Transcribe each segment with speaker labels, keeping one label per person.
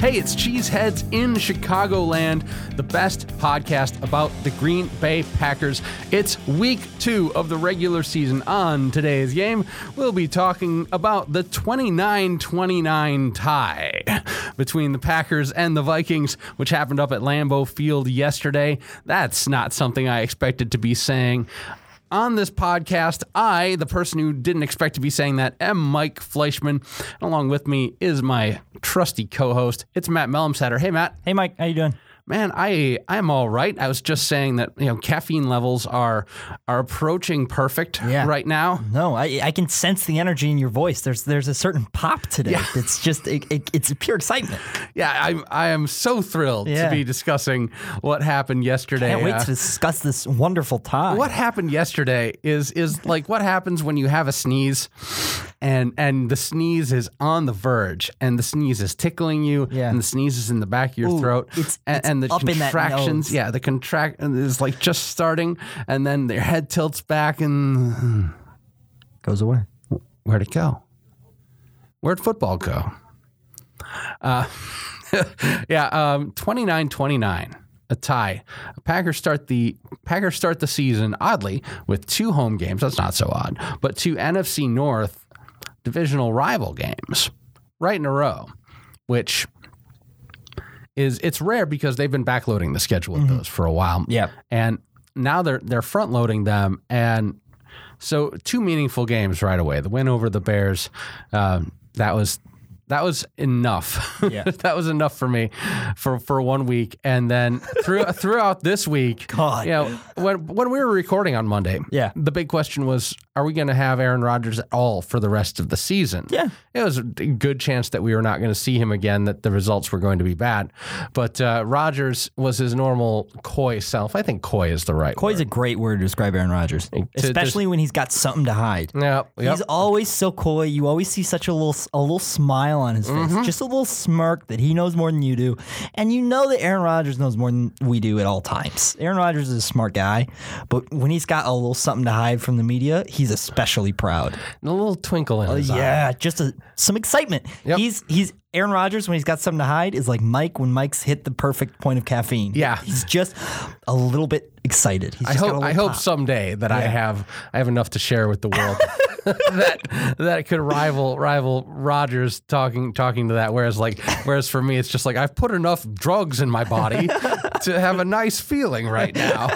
Speaker 1: Hey, it's Cheeseheads in Chicagoland, the best podcast about the Green Bay Packers. It's week two of the regular season. On today's game, we'll be talking about the 29 29 tie between the Packers and the Vikings, which happened up at Lambeau Field yesterday. That's not something I expected to be saying on this podcast. I, the person who didn't expect to be saying that, am Mike Fleischman. And along with me is my trusty co-host. It's Matt Melumsetter. Hey, Matt.
Speaker 2: Hey Mike, how you doing?
Speaker 1: Man, I I'm all right. I was just saying that you know caffeine levels are are approaching perfect
Speaker 2: Yeah.
Speaker 1: right now.
Speaker 2: No, I I can sense the energy in your voice. There's there's a certain pop today. It's just it, it, it's pure excitement.
Speaker 1: Yeah, I'm I am so thrilled
Speaker 2: Yeah.
Speaker 1: to be discussing what happened yesterday.
Speaker 2: Can't
Speaker 1: Uh,
Speaker 2: wait to discuss this wonderful time.
Speaker 1: what happened yesterday is is like what happens when you have a sneeze and and the sneeze is on the verge and the sneeze is tickling you
Speaker 2: Yeah.
Speaker 1: and the sneeze is in the back of your
Speaker 2: Ooh,
Speaker 1: throat
Speaker 2: it's-
Speaker 1: and,
Speaker 2: it's
Speaker 1: and the
Speaker 2: up in that
Speaker 1: contractions
Speaker 2: nose.
Speaker 1: yeah the contract is like just starting and then their head tilts back and
Speaker 2: goes away?
Speaker 1: where'd it go where'd football go uh, yeah um 29 29 a tie. Packers start the Packers start the season oddly with two home games. That's not so odd, but two NFC North divisional rival games right in a row, which is it's rare because they've been backloading the schedule of those for a while.
Speaker 2: Yeah.
Speaker 1: and now they're they're front loading them, and so two meaningful games right away. The win over the Bears, um, that was that was enough.
Speaker 2: Yeah.
Speaker 1: that was enough for me for for one week, and then through, throughout this week,
Speaker 2: God.
Speaker 1: you know, when when we were recording on Monday,
Speaker 2: Yeah.
Speaker 1: the big question was, are we going to have Aaron Rodgers at all for the rest of the season?
Speaker 2: Yeah.
Speaker 1: it was a good chance that we were not going to see him again. That the results were going to be bad, but uh, Rodgers was his normal coy self. I think coy is the right.
Speaker 2: Coy's a great word to describe Aaron Rodgers, especially when he's got something to hide.
Speaker 1: word. Yeah, yep.
Speaker 2: He's always so coy. You always see such a little a little smile on his face, just a little smirk that he knows more than you do, and you know that Aaron Rodgers knows more than we do at all times. Aaron Rodgers is a smart guy, but when he's got a little something to hide from the media, he's especially proud.
Speaker 1: and a little twinkle in his eye.
Speaker 2: Oh, Yeah, just a, some excitement.
Speaker 1: Yep.
Speaker 2: He's he's Aaron Rodgers when he's got something to hide is like Mike when Mike's hit the perfect point of caffeine.
Speaker 1: Yeah.
Speaker 2: he's just a little bit excited. He's
Speaker 1: I
Speaker 2: just got a
Speaker 1: hope I
Speaker 2: little
Speaker 1: hope
Speaker 2: pop.
Speaker 1: someday that I have I have enough to share with the world that that could rival rival Rogers talking talking to that. Whereas like whereas for me it's just like I've put enough drugs in my body to have a nice feeling right now,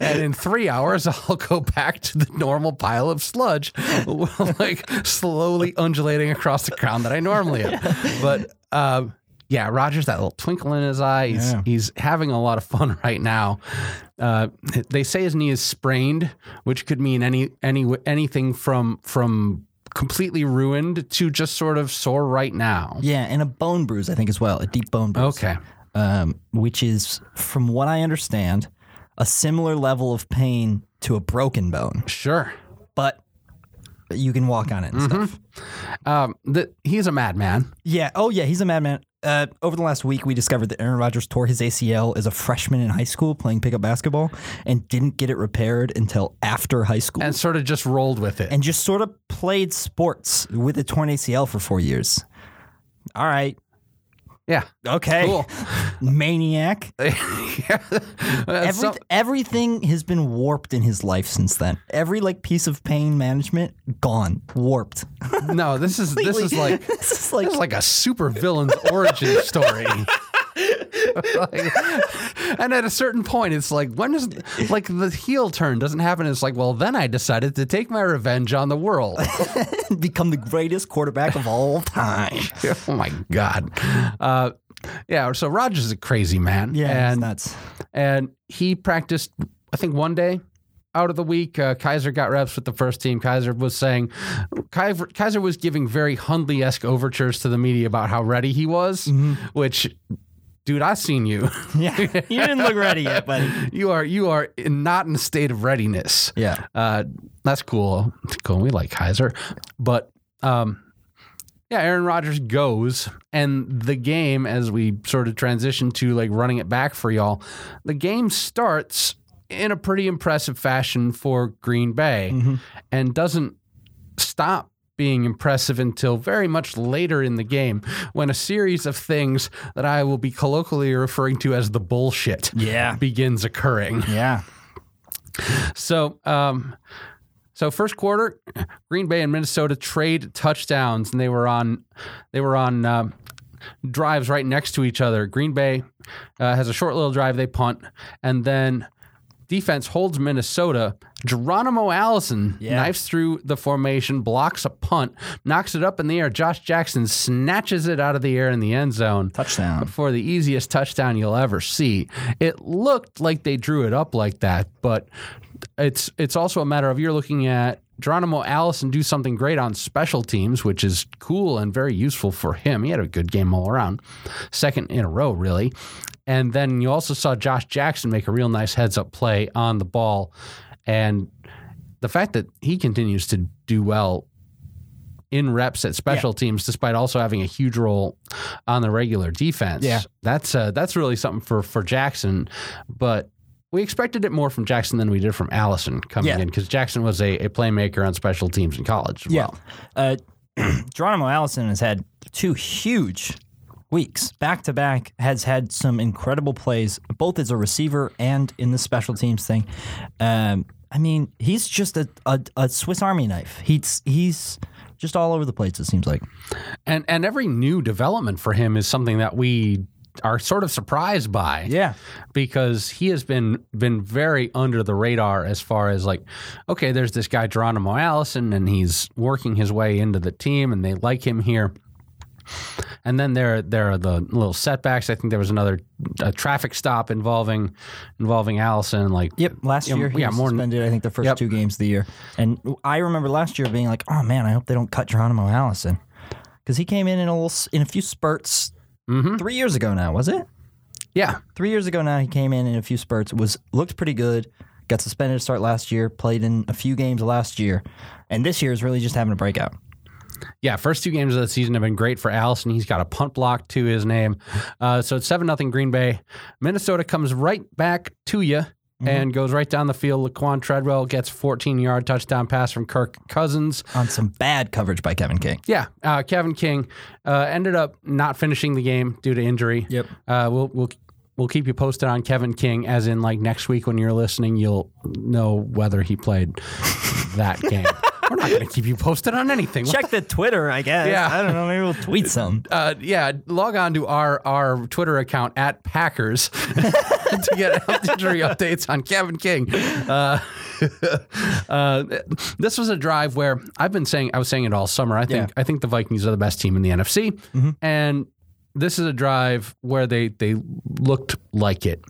Speaker 1: and in three hours I'll go back to the normal pile of sludge, like slowly undulating across the ground that I normally am. But um, yeah, Rogers that little twinkle in his eye. He's,
Speaker 2: Yeah.
Speaker 1: he's having a lot of fun right now. Uh, they say his knee is sprained, which could mean any any anything from from completely ruined to just sort of sore right now.
Speaker 2: Yeah, and a bone bruise I think as well, a deep bone bruise.
Speaker 1: Okay.
Speaker 2: um, which is from what I understand, a similar level of pain to a broken bone,
Speaker 1: Sure.
Speaker 2: but you can walk on it
Speaker 1: Mm-hmm.
Speaker 2: and stuff.
Speaker 1: Um, the, he's a madman.
Speaker 2: Yeah. Oh, yeah. He's a madman. Uh, over the last week, we discovered that Aaron Rodgers tore his ACL as a freshman in high school playing pickup basketball and didn't get it repaired until after high school
Speaker 1: and sort of just rolled with it.
Speaker 2: and just sort of played sports with a torn ACL for four years. All right.
Speaker 1: yeah.
Speaker 2: Okay.
Speaker 1: Cool.
Speaker 2: Maniac.
Speaker 1: yeah.
Speaker 2: Every,
Speaker 1: Some-
Speaker 2: everything has been warped in his life since then. Every like piece of pain management gone, warped.
Speaker 1: no, this is this is like
Speaker 2: this is like
Speaker 1: It's like a super villain's origin story. Like, and at a certain point, it's like when is like the heel turn doesn't happen. It's like well, then I decided to take my revenge on the world.
Speaker 2: become the greatest quarterback of all time.
Speaker 1: oh my god, uh, yeah. So Rogers is a crazy man.
Speaker 2: Yeah,
Speaker 1: and
Speaker 2: that's
Speaker 1: and he practiced i think one day out of the week uh, kaiser got reps with the first team kaiser was saying kaiser, kaiser was giving very hundley-esque overtures to the media about how ready he was which dude i've seen you
Speaker 2: Yeah, you didn't look ready yet, buddy.
Speaker 1: you are you are in, not in a state of readiness
Speaker 2: Yeah,
Speaker 1: uh, that's cool It's cool we like kaiser but um yeah, Aaron Rodgers goes, and the game, as we sort of transition to like running it back for y'all, the game starts in a pretty impressive fashion for Green Bay and doesn't stop being impressive until very much later in the game when a series of things that I will be colloquially referring to as the bullshit
Speaker 2: Yeah.
Speaker 1: begins occurring.
Speaker 2: Yeah.
Speaker 1: So, um, so first quarter, Green Bay and Minnesota trade touchdowns, and they were on, they were on um drives right next to each other. Green Bay uh, has a short little drive, they punt, and then defense holds Minnesota. Geronimo Allison
Speaker 2: Yeah.
Speaker 1: knifes through the formation, blocks a punt, knocks it up in the air. Josh Jackson snatches it out of the air in the end zone
Speaker 2: Touchdown.
Speaker 1: for the easiest touchdown you'll ever see. It looked like they drew it up like that, but it's it's also a matter of you're looking at Geronimo Allison do something great on special teams, which is cool and very useful for him. He had a good game all around, second in a row, really. And then you also saw Josh Jackson make a real nice heads up play on the ball. And the fact that he continues to do well in reps at special teams, despite also having a huge role on the regular defense.
Speaker 2: Yeah.
Speaker 1: that's uh, that's really something for for Jackson. But we expected it more from Jackson than we did from Allison coming
Speaker 2: Yeah.
Speaker 1: in because Jackson was a, a playmaker on special teams in college. As well.
Speaker 2: Uh, Geronimo Allison has had two huge weeks back to back, has had some incredible plays, both as a receiver and in the special teams thing. Um, I mean, he's just a, a, a Swiss Army knife. He's he's just all over the place, it seems like.
Speaker 1: and and every new development for him is something that we are sort of surprised by.
Speaker 2: Yeah.
Speaker 1: because he has been been very under the radar as far as like, okay, there's this guy Geronimo Allison, and he's working his way into the team, and they like him here. And then there there are the little setbacks. I think there was another uh traffic stop involving involving Allison. Like,
Speaker 2: Yep, last
Speaker 1: Yeah,
Speaker 2: year he
Speaker 1: yeah,
Speaker 2: was
Speaker 1: more than-
Speaker 2: suspended. I think the first
Speaker 1: Yep.
Speaker 2: two games of the year, and I remember last year being like, "Oh man, I hope they don't cut Geronimo Allison," because he came in in a little, s- in a few spurts.
Speaker 1: Mm-hmm.
Speaker 2: Three years ago now, was it?
Speaker 1: yeah,
Speaker 2: Three years ago now, he came in in a few spurts. Was looked pretty good. Got suspended to start last year. Played in a few games last year, and this year is really just having a breakout.
Speaker 1: Yeah, first two games of the season have been great for Allison. He's got a punt block to his name. Uh, so it's 7 nothing Green Bay. Minnesota comes right back to you and goes right down the field. Laquan Treadwell gets 14 yard touchdown pass from Kirk Cousins.
Speaker 2: On some bad coverage by Kevin King.
Speaker 1: Yeah, uh, Kevin King uh, ended up not finishing the game due to injury.
Speaker 2: Yep.
Speaker 1: Uh, we'll, we'll, we'll keep you posted on Kevin King, as in, like, next week when you're listening, you'll know whether he played that game. We're not going to keep you posted on anything. What
Speaker 2: Check the Twitter, I guess.
Speaker 1: Yeah.
Speaker 2: I don't know. Maybe we'll tweet some.
Speaker 1: uh, yeah, log on to our our Twitter account at Packers to get injury updates on Kevin King. Uh, uh, this was a drive where I've been saying I was saying it all summer. I think
Speaker 2: Yeah.
Speaker 1: I think the Vikings are the best team in the NFC, and this is a drive where they they looked like it,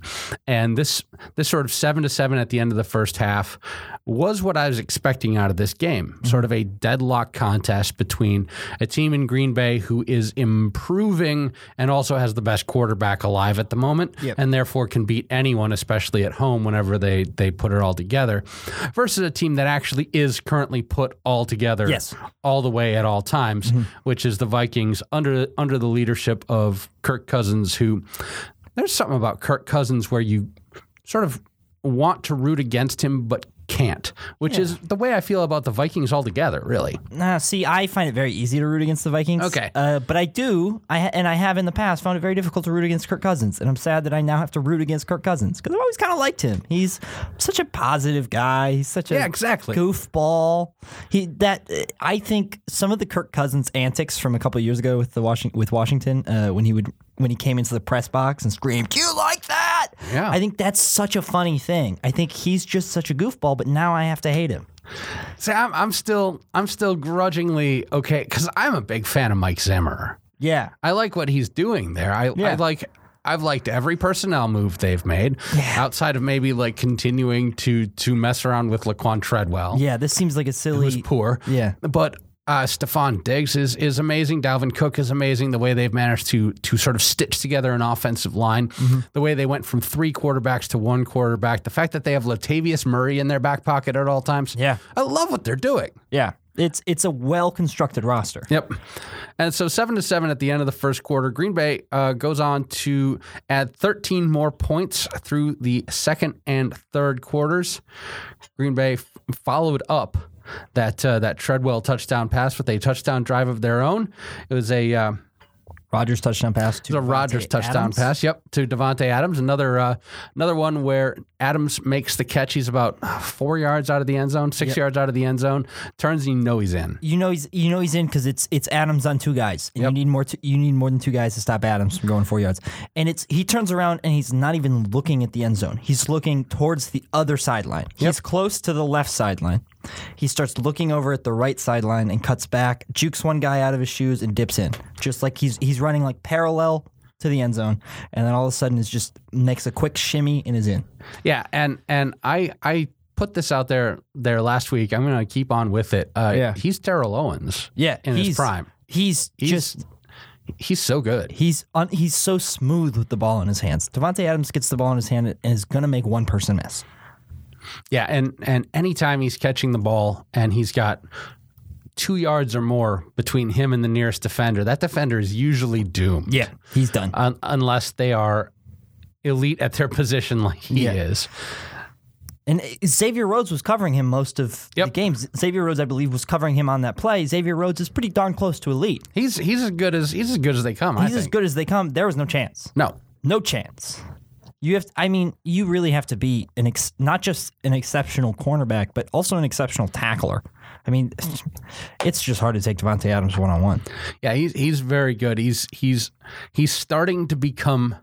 Speaker 1: and this this sort of seven to seven at the end of the first half was what I was expecting out of this game. Sort of a deadlock contest between a team in Green Bay who is improving and also has the best quarterback alive at the moment,
Speaker 2: Yep.
Speaker 1: and therefore can beat anyone, especially at home, whenever they they put it all together, versus a team that actually is currently put all together
Speaker 2: Yes.
Speaker 1: all the way at all times, which is the Vikings under under the leadership of Kirk Cousins. Who there's something about Kirk Cousins where you sort of want to root against him, but can't, which is the way I feel about the Vikings altogether. Really,
Speaker 2: Nah, see, I find it very easy to root against the Vikings.
Speaker 1: Okay.
Speaker 2: uh, but I do, I ha- and I have in the past found it very difficult to root against Kirk Cousins, and I'm sad that I now have to root against Kirk Cousins because I've always kind of liked him. He's such a positive guy. He's such a
Speaker 1: Yeah, exactly.
Speaker 2: goofball. He that uh, I think some of the Kirk Cousins antics from a couple of years ago with the Washington with Washington uh, when he would when he came into the press box and screamed, "You like that?"
Speaker 1: Yeah.
Speaker 2: I think that's such a funny thing. I think he's just such a goofball, but now I have to hate him.
Speaker 1: see, I'm, I'm still I'm still grudgingly okay because I'm a big fan of Mike Zimmer.
Speaker 2: Yeah.
Speaker 1: I like what he's doing there. I, I
Speaker 2: Yeah.
Speaker 1: like. I've liked every personnel move they've made, outside of maybe like continuing to to mess around with Laquan Treadwell.
Speaker 2: Yeah, this seems like a silly.
Speaker 1: who's poor.
Speaker 2: Yeah.
Speaker 1: But uh, Stefan Diggs is is amazing. Dalvin Cook is amazing. The way they've managed to to sort of stitch together an offensive line,
Speaker 2: Mm-hmm.
Speaker 1: the way they went from three quarterbacks to one quarterback, the fact that they have Latavius Murray in their back pocket at all times.
Speaker 2: Yeah.
Speaker 1: I love what they're doing.
Speaker 2: Yeah. It's it's a well constructed roster.
Speaker 1: Yep. And so seven to seven at the end of the first quarter, Green Bay uh, goes on to add 13 more points through the second and third quarters. Green Bay f- followed up that uh, that Treadwell touchdown pass with a touchdown drive of their own. It was a uh,
Speaker 2: Rogers touchdown pass. To
Speaker 1: the Rodgers
Speaker 2: Davante
Speaker 1: touchdown
Speaker 2: Adams.
Speaker 1: pass. Yep, to Devonte Adams. Another uh, another one where Adams makes the catch. He's about uh, four yards out of the end zone, six yards out of the end zone. Turns, and you know he's in.
Speaker 2: You know he's you know he's in because it's it's Adams on two guys. And You need more t- you need more than two guys to stop Adams from going four yards. And it's he turns around and he's not even looking at the end zone. He's looking towards the other sideline. He's close to the left sideline. He starts looking over at the right sideline and cuts back, jukes one guy out of his shoes and dips in, just like he's he's running like parallel to the end zone. And then all of a sudden, it's just makes a quick shimmy and is in.
Speaker 1: Yeah, and and I I put this out there there last week. I'm gonna keep on with it. Uh,
Speaker 2: Yeah.
Speaker 1: he's Terrell Owens.
Speaker 2: Yeah,
Speaker 1: in his prime,
Speaker 2: He's, just
Speaker 1: he's so good.
Speaker 2: He's un- he's so smooth with the ball in his hands. Devontae Adams gets the ball in his hand and is going to make one person miss.
Speaker 1: Yeah, and and anytime he's catching the ball and he's got two yards or more between him and the nearest defender, that defender is usually doomed.
Speaker 2: he's done.
Speaker 1: Un- unless they are elite at their position like he
Speaker 2: Yeah.
Speaker 1: is.
Speaker 2: and uh, Xavier Rhodes was covering him most of
Speaker 1: Yep.
Speaker 2: the games. Xavier Rhodes, I believe, was covering him on that play. Xavier Rhodes is pretty darn close to elite.
Speaker 1: He's he's as good as he's as good as they come. I
Speaker 2: He's
Speaker 1: think.
Speaker 2: as good as they come. There was no chance.
Speaker 1: No,
Speaker 2: No chance. You have. I mean, you really have to be an ex- not just an exceptional cornerback, but also an exceptional tackler. I mean, it's just hard to take Devontae Adams one on one.
Speaker 1: Yeah, he's he's very good. He's he's he's starting to become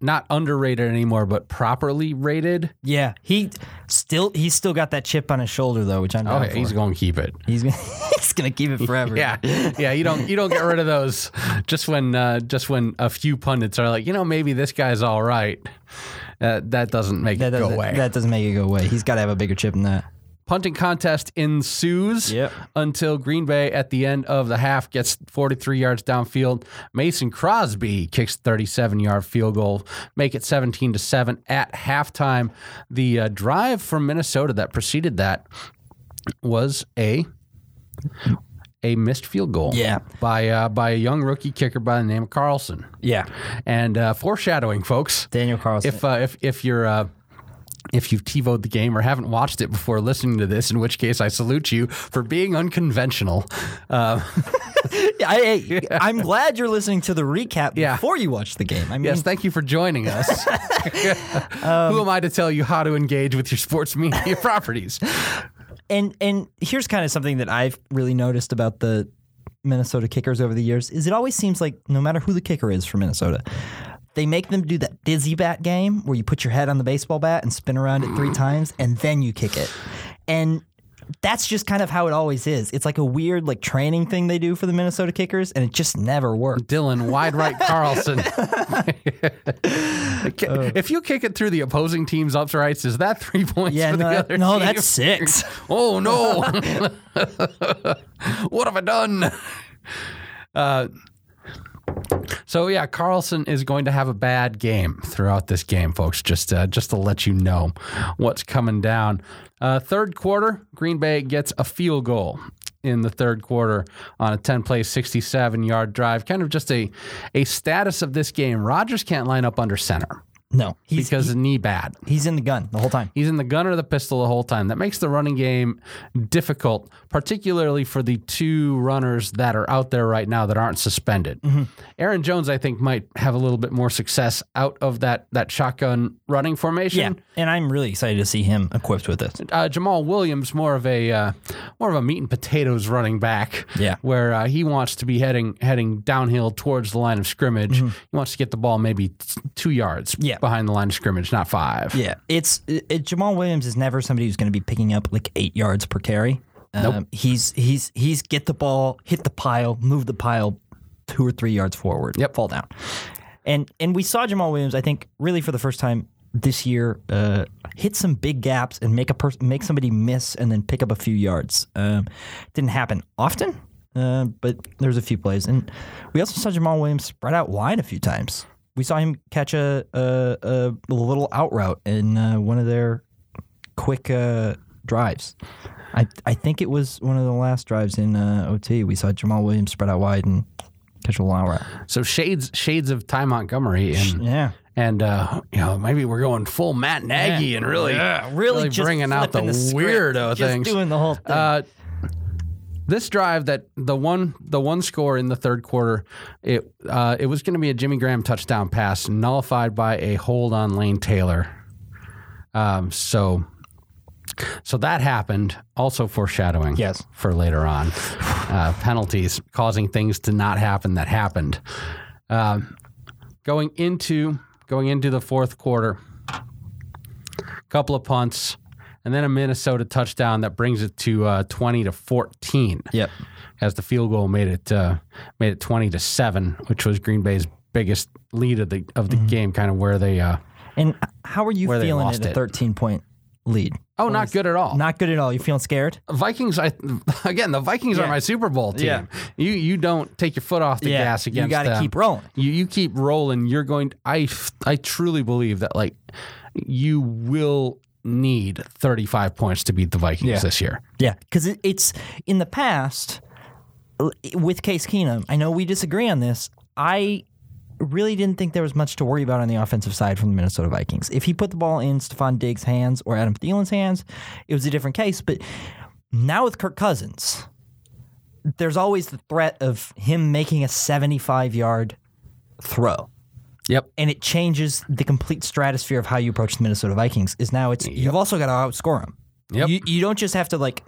Speaker 1: not underrated anymore, but properly rated.
Speaker 2: Yeah, he still he's still got that chip on his shoulder though, which I'm down
Speaker 1: Okay,
Speaker 2: for.
Speaker 1: Oh, he's going to keep it.
Speaker 2: He's gonna, he's gonna keep it forever.
Speaker 1: Yeah, yeah. You don't you don't get rid of those just when uh, just when a few pundits are like, you know, maybe this guy's all right. Uh, that doesn't make
Speaker 2: that
Speaker 1: it go
Speaker 2: doesn't,
Speaker 1: away.
Speaker 2: that doesn't make it go away. He's got to have a bigger chip than that.
Speaker 1: punting contest ensues
Speaker 2: Yep.
Speaker 1: until Green Bay at the end of the half gets 43 yards downfield. Mason Crosby kicks 37-yard field goal, make it 17 to 7 at halftime. The uh, drive from Minnesota that preceded that was a a missed field goal
Speaker 2: Yeah.
Speaker 1: by uh, by a young rookie kicker by the name of Carlson.
Speaker 2: Yeah,
Speaker 1: And uh, foreshadowing, folks
Speaker 2: Daniel Carlson.
Speaker 1: if uh, if if you're uh, if you've TiVoed the game or haven't watched it before listening to this, in which case I salute you for being unconventional. Uh,
Speaker 2: I, I, am glad you're listening to the recap
Speaker 1: Yeah.
Speaker 2: before you watch the game. I mean,
Speaker 1: yes, thank you for joining us. Who am I to tell you how to engage with your sports media properties?
Speaker 2: and and here's kind of something that I've really noticed about the Minnesota kickers over the years is it always seems like no matter who the kicker is for Minnesota, they make them do that dizzy bat game where you put your head on the baseball bat and spin around it three times and then you kick it. And that's just kind of how it always is. It's like a weird like training thing they do for the Minnesota kickers and it just never worked.
Speaker 1: Dylan Wide Right Carlson. if you kick it through the opposing team's uprights, is that three points
Speaker 2: Yeah,
Speaker 1: for the
Speaker 2: no,
Speaker 1: other
Speaker 2: that- no,
Speaker 1: team?
Speaker 2: that's six.
Speaker 1: Oh no! what have I done? Uh, so yeah, Carlson is going to have a bad game throughout this game, folks. Just uh, just to let you know what's coming down. Uh, third quarter, Green Bay gets a field goal in the third quarter on a 10 play 67 yard drive kind of just a a status of this game Rodgers can't line up under center
Speaker 2: No, he's
Speaker 1: because of knee bad
Speaker 2: he's in the gun the whole time.
Speaker 1: He's in the gun or the pistol the whole time. That makes the running game difficult, particularly for the two runners that are out there right now that aren't suspended.
Speaker 2: Mm-hmm.
Speaker 1: Aaron Jones, I think, might have a little bit more success out of that that shotgun running
Speaker 2: Yeah,
Speaker 1: formation.
Speaker 2: and I'm really excited to see him equipped with this.
Speaker 1: Uh, Jamal Williams, more of a uh, more of a meat and potatoes running back.
Speaker 2: Yeah.
Speaker 1: where uh, he wants to be heading heading downhill towards the line of scrimmage. He wants to get the ball maybe t- two yards
Speaker 2: Mm-hmm. Yeah.
Speaker 1: behind the line of scrimmage, not five.
Speaker 2: Yeah, it's it, it- Jamal Williams is never somebody who's going to be picking up like eight yards per carry. Um, He's he's he's get the ball, hit the pile, move the pile two or three yards forward. Yep, fall down. And and we saw Jamal Williams, I think, really for the first time this year, uh, hit some big gaps and make a pers- make somebody miss and then pick up a few yards. Um, didn't happen often. Uh, but there's a few plays, and we also saw Jamal Williams spread out wide a few times. We saw him catch a a, a little out route in uh, one of their quick uh, drives. I I think it was one of the last drives in uh, OT. We saw Jamal Williams spread out wide and catch a little out route.
Speaker 1: So shades shades of Ty Montgomery and
Speaker 2: Yeah,
Speaker 1: And uh, you know, maybe we're going full Matt Nagy and really,
Speaker 2: Yeah, really
Speaker 1: really,
Speaker 2: just
Speaker 1: bringing out the,
Speaker 2: flipping the script,
Speaker 1: weirdo
Speaker 2: just
Speaker 1: things.
Speaker 2: doing the whole thing.
Speaker 1: Uh, this drive that the one the one score in the third quarter, it uh, it was going to be a Jimmy Graham touchdown pass nullified by a hold on Lane Taylor. Um, so so that happened. Also foreshadowing
Speaker 2: Yes.
Speaker 1: for later on uh, penalties causing things to not happen that happened. Um, going into going into the fourth quarter couple of punts, and then a Minnesota touchdown that brings it to uh, twenty to fourteen.
Speaker 2: Yep.
Speaker 1: As the field goal made it uh, made it twenty to seven, which was Green Bay's biggest lead of the of the game, kind of where they. Uh,
Speaker 2: And how are you
Speaker 1: Where they
Speaker 2: feeling
Speaker 1: lost
Speaker 2: at a
Speaker 1: it.
Speaker 2: 13 point lead?
Speaker 1: oh, not good at all.
Speaker 2: Not good at all. You feeling scared?
Speaker 1: Vikings, I again, the Vikings are
Speaker 2: Yeah.
Speaker 1: my Super Bowl team.
Speaker 2: Yeah.
Speaker 1: You you don't take your foot off the
Speaker 2: Yeah,
Speaker 1: gas
Speaker 2: you
Speaker 1: against
Speaker 2: gotta
Speaker 1: them.
Speaker 2: keep rolling.
Speaker 1: You you keep rolling. You're going. I f- I truly believe that like you will need 35 points to beat the Vikings
Speaker 2: Yeah.
Speaker 1: this year.
Speaker 2: Yeah, because it, it's in the past l- with Case Keenum. I know we disagree on this. I really didn't think there was much to worry about on the offensive side from the Minnesota Vikings. If he put the ball in Stephon Diggs' hands or Adam Thielen's hands, it was a different case. But now with Kirk Cousins, there's always the threat of him making a 75 yard throw.
Speaker 1: Yep.
Speaker 2: And it changes the complete stratosphere of how you approach the Minnesota Vikings. Is now it's you've also got to outscore them.
Speaker 1: Yep.
Speaker 2: You, you don't just have to like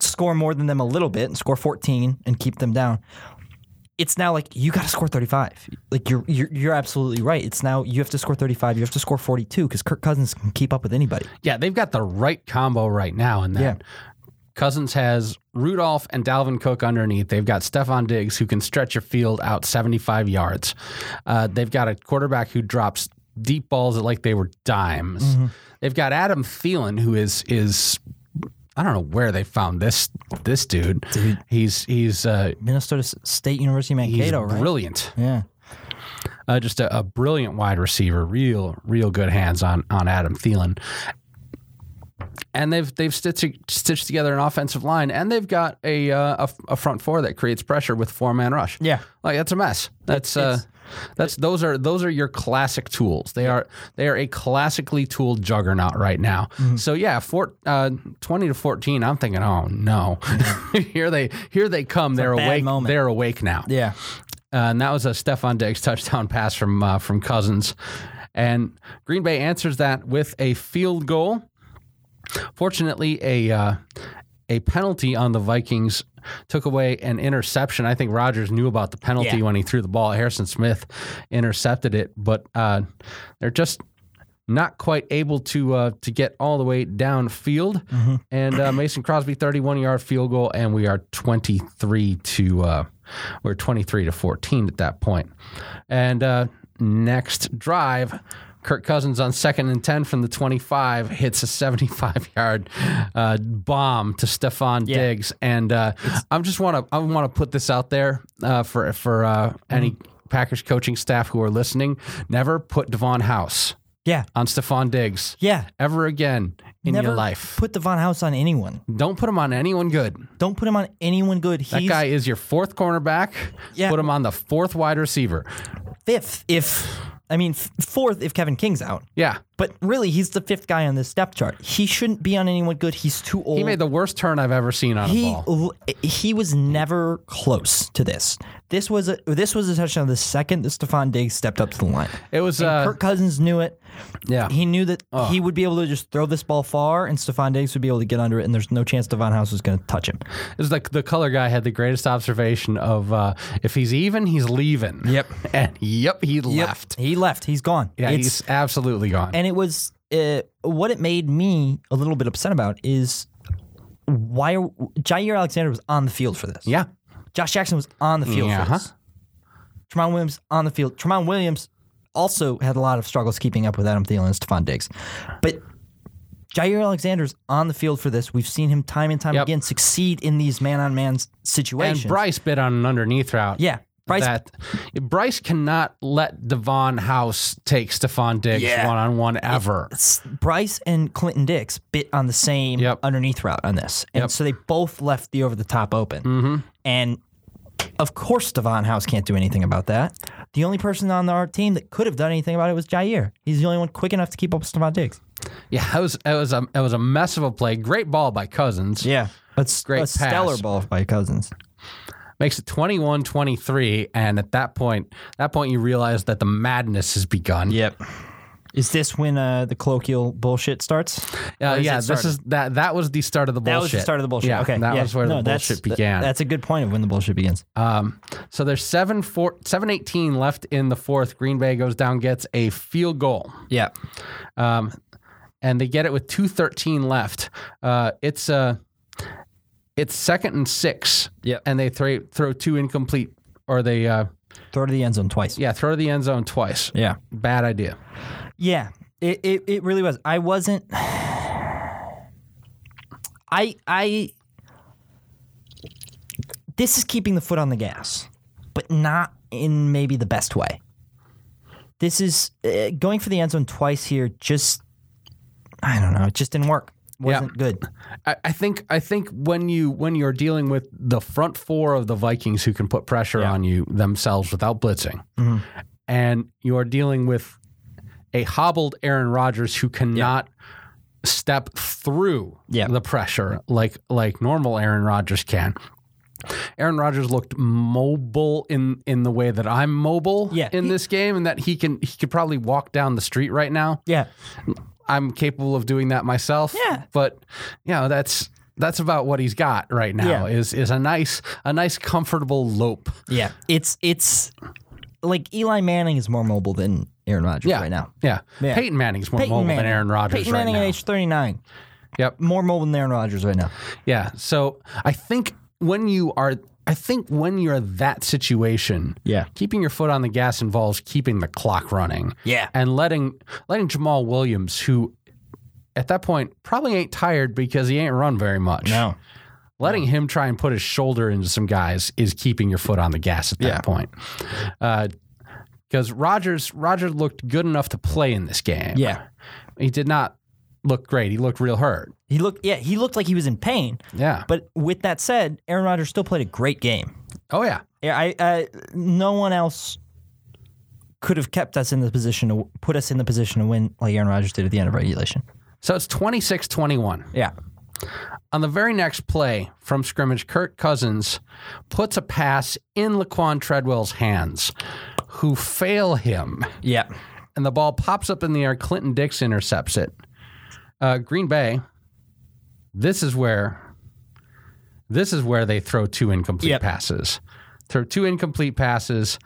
Speaker 2: score more than them a little bit and score 14 and keep them down. It's now like you got to score 35. Like you're, you're you're absolutely right. It's now you have to score 35. You have to score 42 because Kirk Cousins can keep up with anybody.
Speaker 1: Yeah, they've got the right combo right now in that.
Speaker 2: Yeah.
Speaker 1: Cousins has Rudolph and Dalvin Cook underneath. They've got Stephon Diggs who can stretch a field out 75 yards. Uh, they've got a quarterback who drops deep balls like they were dimes. They've got Adam Thielen who is is I don't know where they found this this dude. He's he's uh,
Speaker 2: Minnesota S- State University
Speaker 1: he's
Speaker 2: Mankato, right?
Speaker 1: brilliant
Speaker 2: yeah.
Speaker 1: uh, just a, a brilliant wide receiver, real real good hands on on Adam Thielen. And they've they've stitched, stitched together an offensive line, and they've got a, uh, a f- a front four that creates pressure with four man rush.
Speaker 2: Yeah.
Speaker 1: like that's a mess. That's uh, that's those are those are your classic tools. They are they are a classically tooled juggernaut right now.
Speaker 2: Mm-hmm.
Speaker 1: So yeah, four, uh, twenty to fourteen. I'm thinking, oh no, here they here they come. they're
Speaker 2: bad
Speaker 1: awake.
Speaker 2: moment.
Speaker 1: They're awake now.
Speaker 2: Yeah.
Speaker 1: Uh, and that was a Stephon Diggs touchdown pass from uh, from Cousins, and Green Bay answers that with a field goal. Fortunately, a uh, a penalty on the Vikings took away an interception. I think Rodgers knew about the penalty
Speaker 2: Yeah.
Speaker 1: when he threw the ball. Harrison Smith intercepted it, but uh, they're just not quite able to uh, to get all the way downfield. And uh, Mason Crosby, thirty-one yard field goal, and we are twenty-three to uh, we're twenty-three to fourteen at that point. And uh, next drive. Kirk Cousins on second and 10 from the 25 hits a 75 yard uh, bomb to Stefan Diggs. And uh, I just want to I want to put this out there uh, for, for uh, any Packers coaching staff who are listening. Never put Devon House
Speaker 2: Yeah.
Speaker 1: on Stephon Diggs
Speaker 2: Yeah.
Speaker 1: ever again in
Speaker 2: Never
Speaker 1: your life.
Speaker 2: put Devon House on anyone.
Speaker 1: Don't put him on anyone good.
Speaker 2: Don't put him on anyone good. He's
Speaker 1: That guy is your fourth cornerback.
Speaker 2: Yeah.
Speaker 1: Put him on the fourth wide receiver.
Speaker 2: fifth if I mean f- fourth if Kevin King's out.
Speaker 1: Yeah.
Speaker 2: But really, he's the fifth guy on this depth chart. He shouldn't be on anyone good. He's too old.
Speaker 1: He made the worst turn I've ever seen on a
Speaker 2: he
Speaker 1: ball.
Speaker 2: l- he was never close to this. This was a this was a touchdown the second that Stephon Diggs stepped up to the line.
Speaker 1: It was uh,
Speaker 2: Kirk Cousins knew it.
Speaker 1: yeah. Oh.
Speaker 2: He knew that he would be able to just throw this ball far, and Stephon Diggs would be able to get under it, and there's no chance Devon House was going to touch him.
Speaker 1: It was like the color guy had the greatest observation of uh, if he's even, he's leaving.
Speaker 2: Yep.
Speaker 1: And yep, he left.
Speaker 2: He left. He's gone.
Speaker 1: Yeah,
Speaker 2: It's-
Speaker 1: he's absolutely gone.
Speaker 2: and it was uh, what it made me a little bit upset about is why Jair Alexander was on the field for this.
Speaker 1: yeah.
Speaker 2: Josh Jackson was on the field
Speaker 1: Yeah.
Speaker 2: for this. Tremont Williams on the field. Tremont Williams also had a lot of struggles keeping up with Adam Thielen and Stephon Diggs. But Jair Alexander's on the field for this. We've seen him time and time
Speaker 1: Yep.
Speaker 2: again succeed in these man on man
Speaker 1: And
Speaker 2: situations.
Speaker 1: Bryce bit on an underneath route.
Speaker 2: yeah. Bryce
Speaker 1: that Bryce cannot let Devon House take Stephon Diggs
Speaker 2: Yeah.
Speaker 1: one on one ever.
Speaker 2: S- Bryce and Clinton Dix bit on the same
Speaker 1: Yep. Mm-hmm.
Speaker 2: underneath route on this, and so they both left the over the top open. And Of course, Devon House can't do anything about that. The only person on our team that could have done anything about it was Jair. He's the only one quick enough to keep up with Stephon Diggs.
Speaker 1: Yeah, that was that was a that was a mess of a play. Great ball by Cousins.
Speaker 2: Yeah. That's
Speaker 1: Great
Speaker 2: a stellar
Speaker 1: pass.
Speaker 2: ball by Cousins.
Speaker 1: Makes it 21-23 and at that point, that point you realize that the madness has begun. Uh,
Speaker 2: Yep. Is this when uh, the colloquial bullshit starts?
Speaker 1: Uh,
Speaker 2: Or is
Speaker 1: yeah,
Speaker 2: it
Speaker 1: this
Speaker 2: started?
Speaker 1: is that that was the start of the bullshit.
Speaker 2: That was the start of the bullshit.
Speaker 1: Yeah,
Speaker 2: okay,
Speaker 1: that
Speaker 2: yeah.
Speaker 1: was where
Speaker 2: No,
Speaker 1: the
Speaker 2: that's-
Speaker 1: bullshit
Speaker 2: th-
Speaker 1: began.
Speaker 2: that's a good point of when the bullshit begins.
Speaker 1: Um, so there's seven four, seven eighteen left in the fourth. Green Bay goes down, gets a field goal,
Speaker 2: yeah,
Speaker 1: um, and they get it with two thirteen left. Uh, it's uh, it's second and six.
Speaker 2: Yep.
Speaker 1: and they throw throw two incomplete, or they uh,
Speaker 2: throw to the end zone twice.
Speaker 1: yeah throw to the end zone twice.
Speaker 2: yeah,
Speaker 1: Bad idea.
Speaker 2: yeah. It, it it really was. I wasn't. I I. This is keeping the foot on the gas, but not in maybe the best way. This is uh, going for the end zone twice here. Just I don't know. It just didn't work. Wasn't good.
Speaker 1: I, I think I think when you when you're dealing with the front four of the Vikings who can put pressure on you themselves without blitzing,
Speaker 2: Mm-hmm.
Speaker 1: and you are dealing with a hobbled Aaron Rodgers who cannot step through
Speaker 2: Yeah.
Speaker 1: the pressure like like normal Aaron Rodgers can. Aaron Rodgers looked mobile in in the way that I'm mobile
Speaker 2: Yeah,
Speaker 1: in
Speaker 2: he-
Speaker 1: this game, and that he can he could probably walk down the street right now.
Speaker 2: Yeah.
Speaker 1: I'm capable of doing that myself.
Speaker 2: Yeah.
Speaker 1: But you know, that's that's about what he's got right now
Speaker 2: Yeah.
Speaker 1: is is a nice a nice comfortable lope.
Speaker 2: Yeah, it's it's like Eli Manning is more mobile than Aaron Rodgers
Speaker 1: Yeah.
Speaker 2: right now.
Speaker 1: Yeah.
Speaker 2: Yeah.
Speaker 1: Peyton Manning's more mobile than Aaron Rodgers
Speaker 2: Peyton
Speaker 1: right
Speaker 2: Manning
Speaker 1: now.
Speaker 2: at age thirty nine.
Speaker 1: Yep.
Speaker 2: More mobile than Aaron Rodgers right now.
Speaker 1: Yeah. So I think when you are I think when you're that situation,
Speaker 2: Yeah.
Speaker 1: keeping your foot on the gas involves keeping the clock running.
Speaker 2: Yeah.
Speaker 1: And letting letting Jamal Williams, who at that point probably ain't tired because he ain't run very much.
Speaker 2: No.
Speaker 1: Letting him try and put his shoulder into some guys is keeping your foot on the gas at that
Speaker 2: Yeah.
Speaker 1: point. Uh, Because Rogers Rogers looked good enough to play in this game.
Speaker 2: Yeah.
Speaker 1: he did not look great. He looked real hurt.
Speaker 2: He looked yeah, he looked like he was in pain.
Speaker 1: Yeah.
Speaker 2: But with that said, Aaron Rodgers still played a great game.
Speaker 1: oh yeah.
Speaker 2: Yeah, I uh, no one else could have kept us in the position to put us in the position to win like Aaron Rodgers did at the end of regulation.
Speaker 1: So it's 26-21.
Speaker 2: Yeah.
Speaker 1: On the very next play from scrimmage, Kirk Cousins puts a pass in Laquan Treadwell's hands, who fail him.
Speaker 2: Yeah.
Speaker 1: and the ball pops up in the air. Clinton Dix intercepts it. Uh, Green Bay. This is where. This is where they throw two incomplete
Speaker 2: Yep.
Speaker 1: passes. Throw two incomplete passes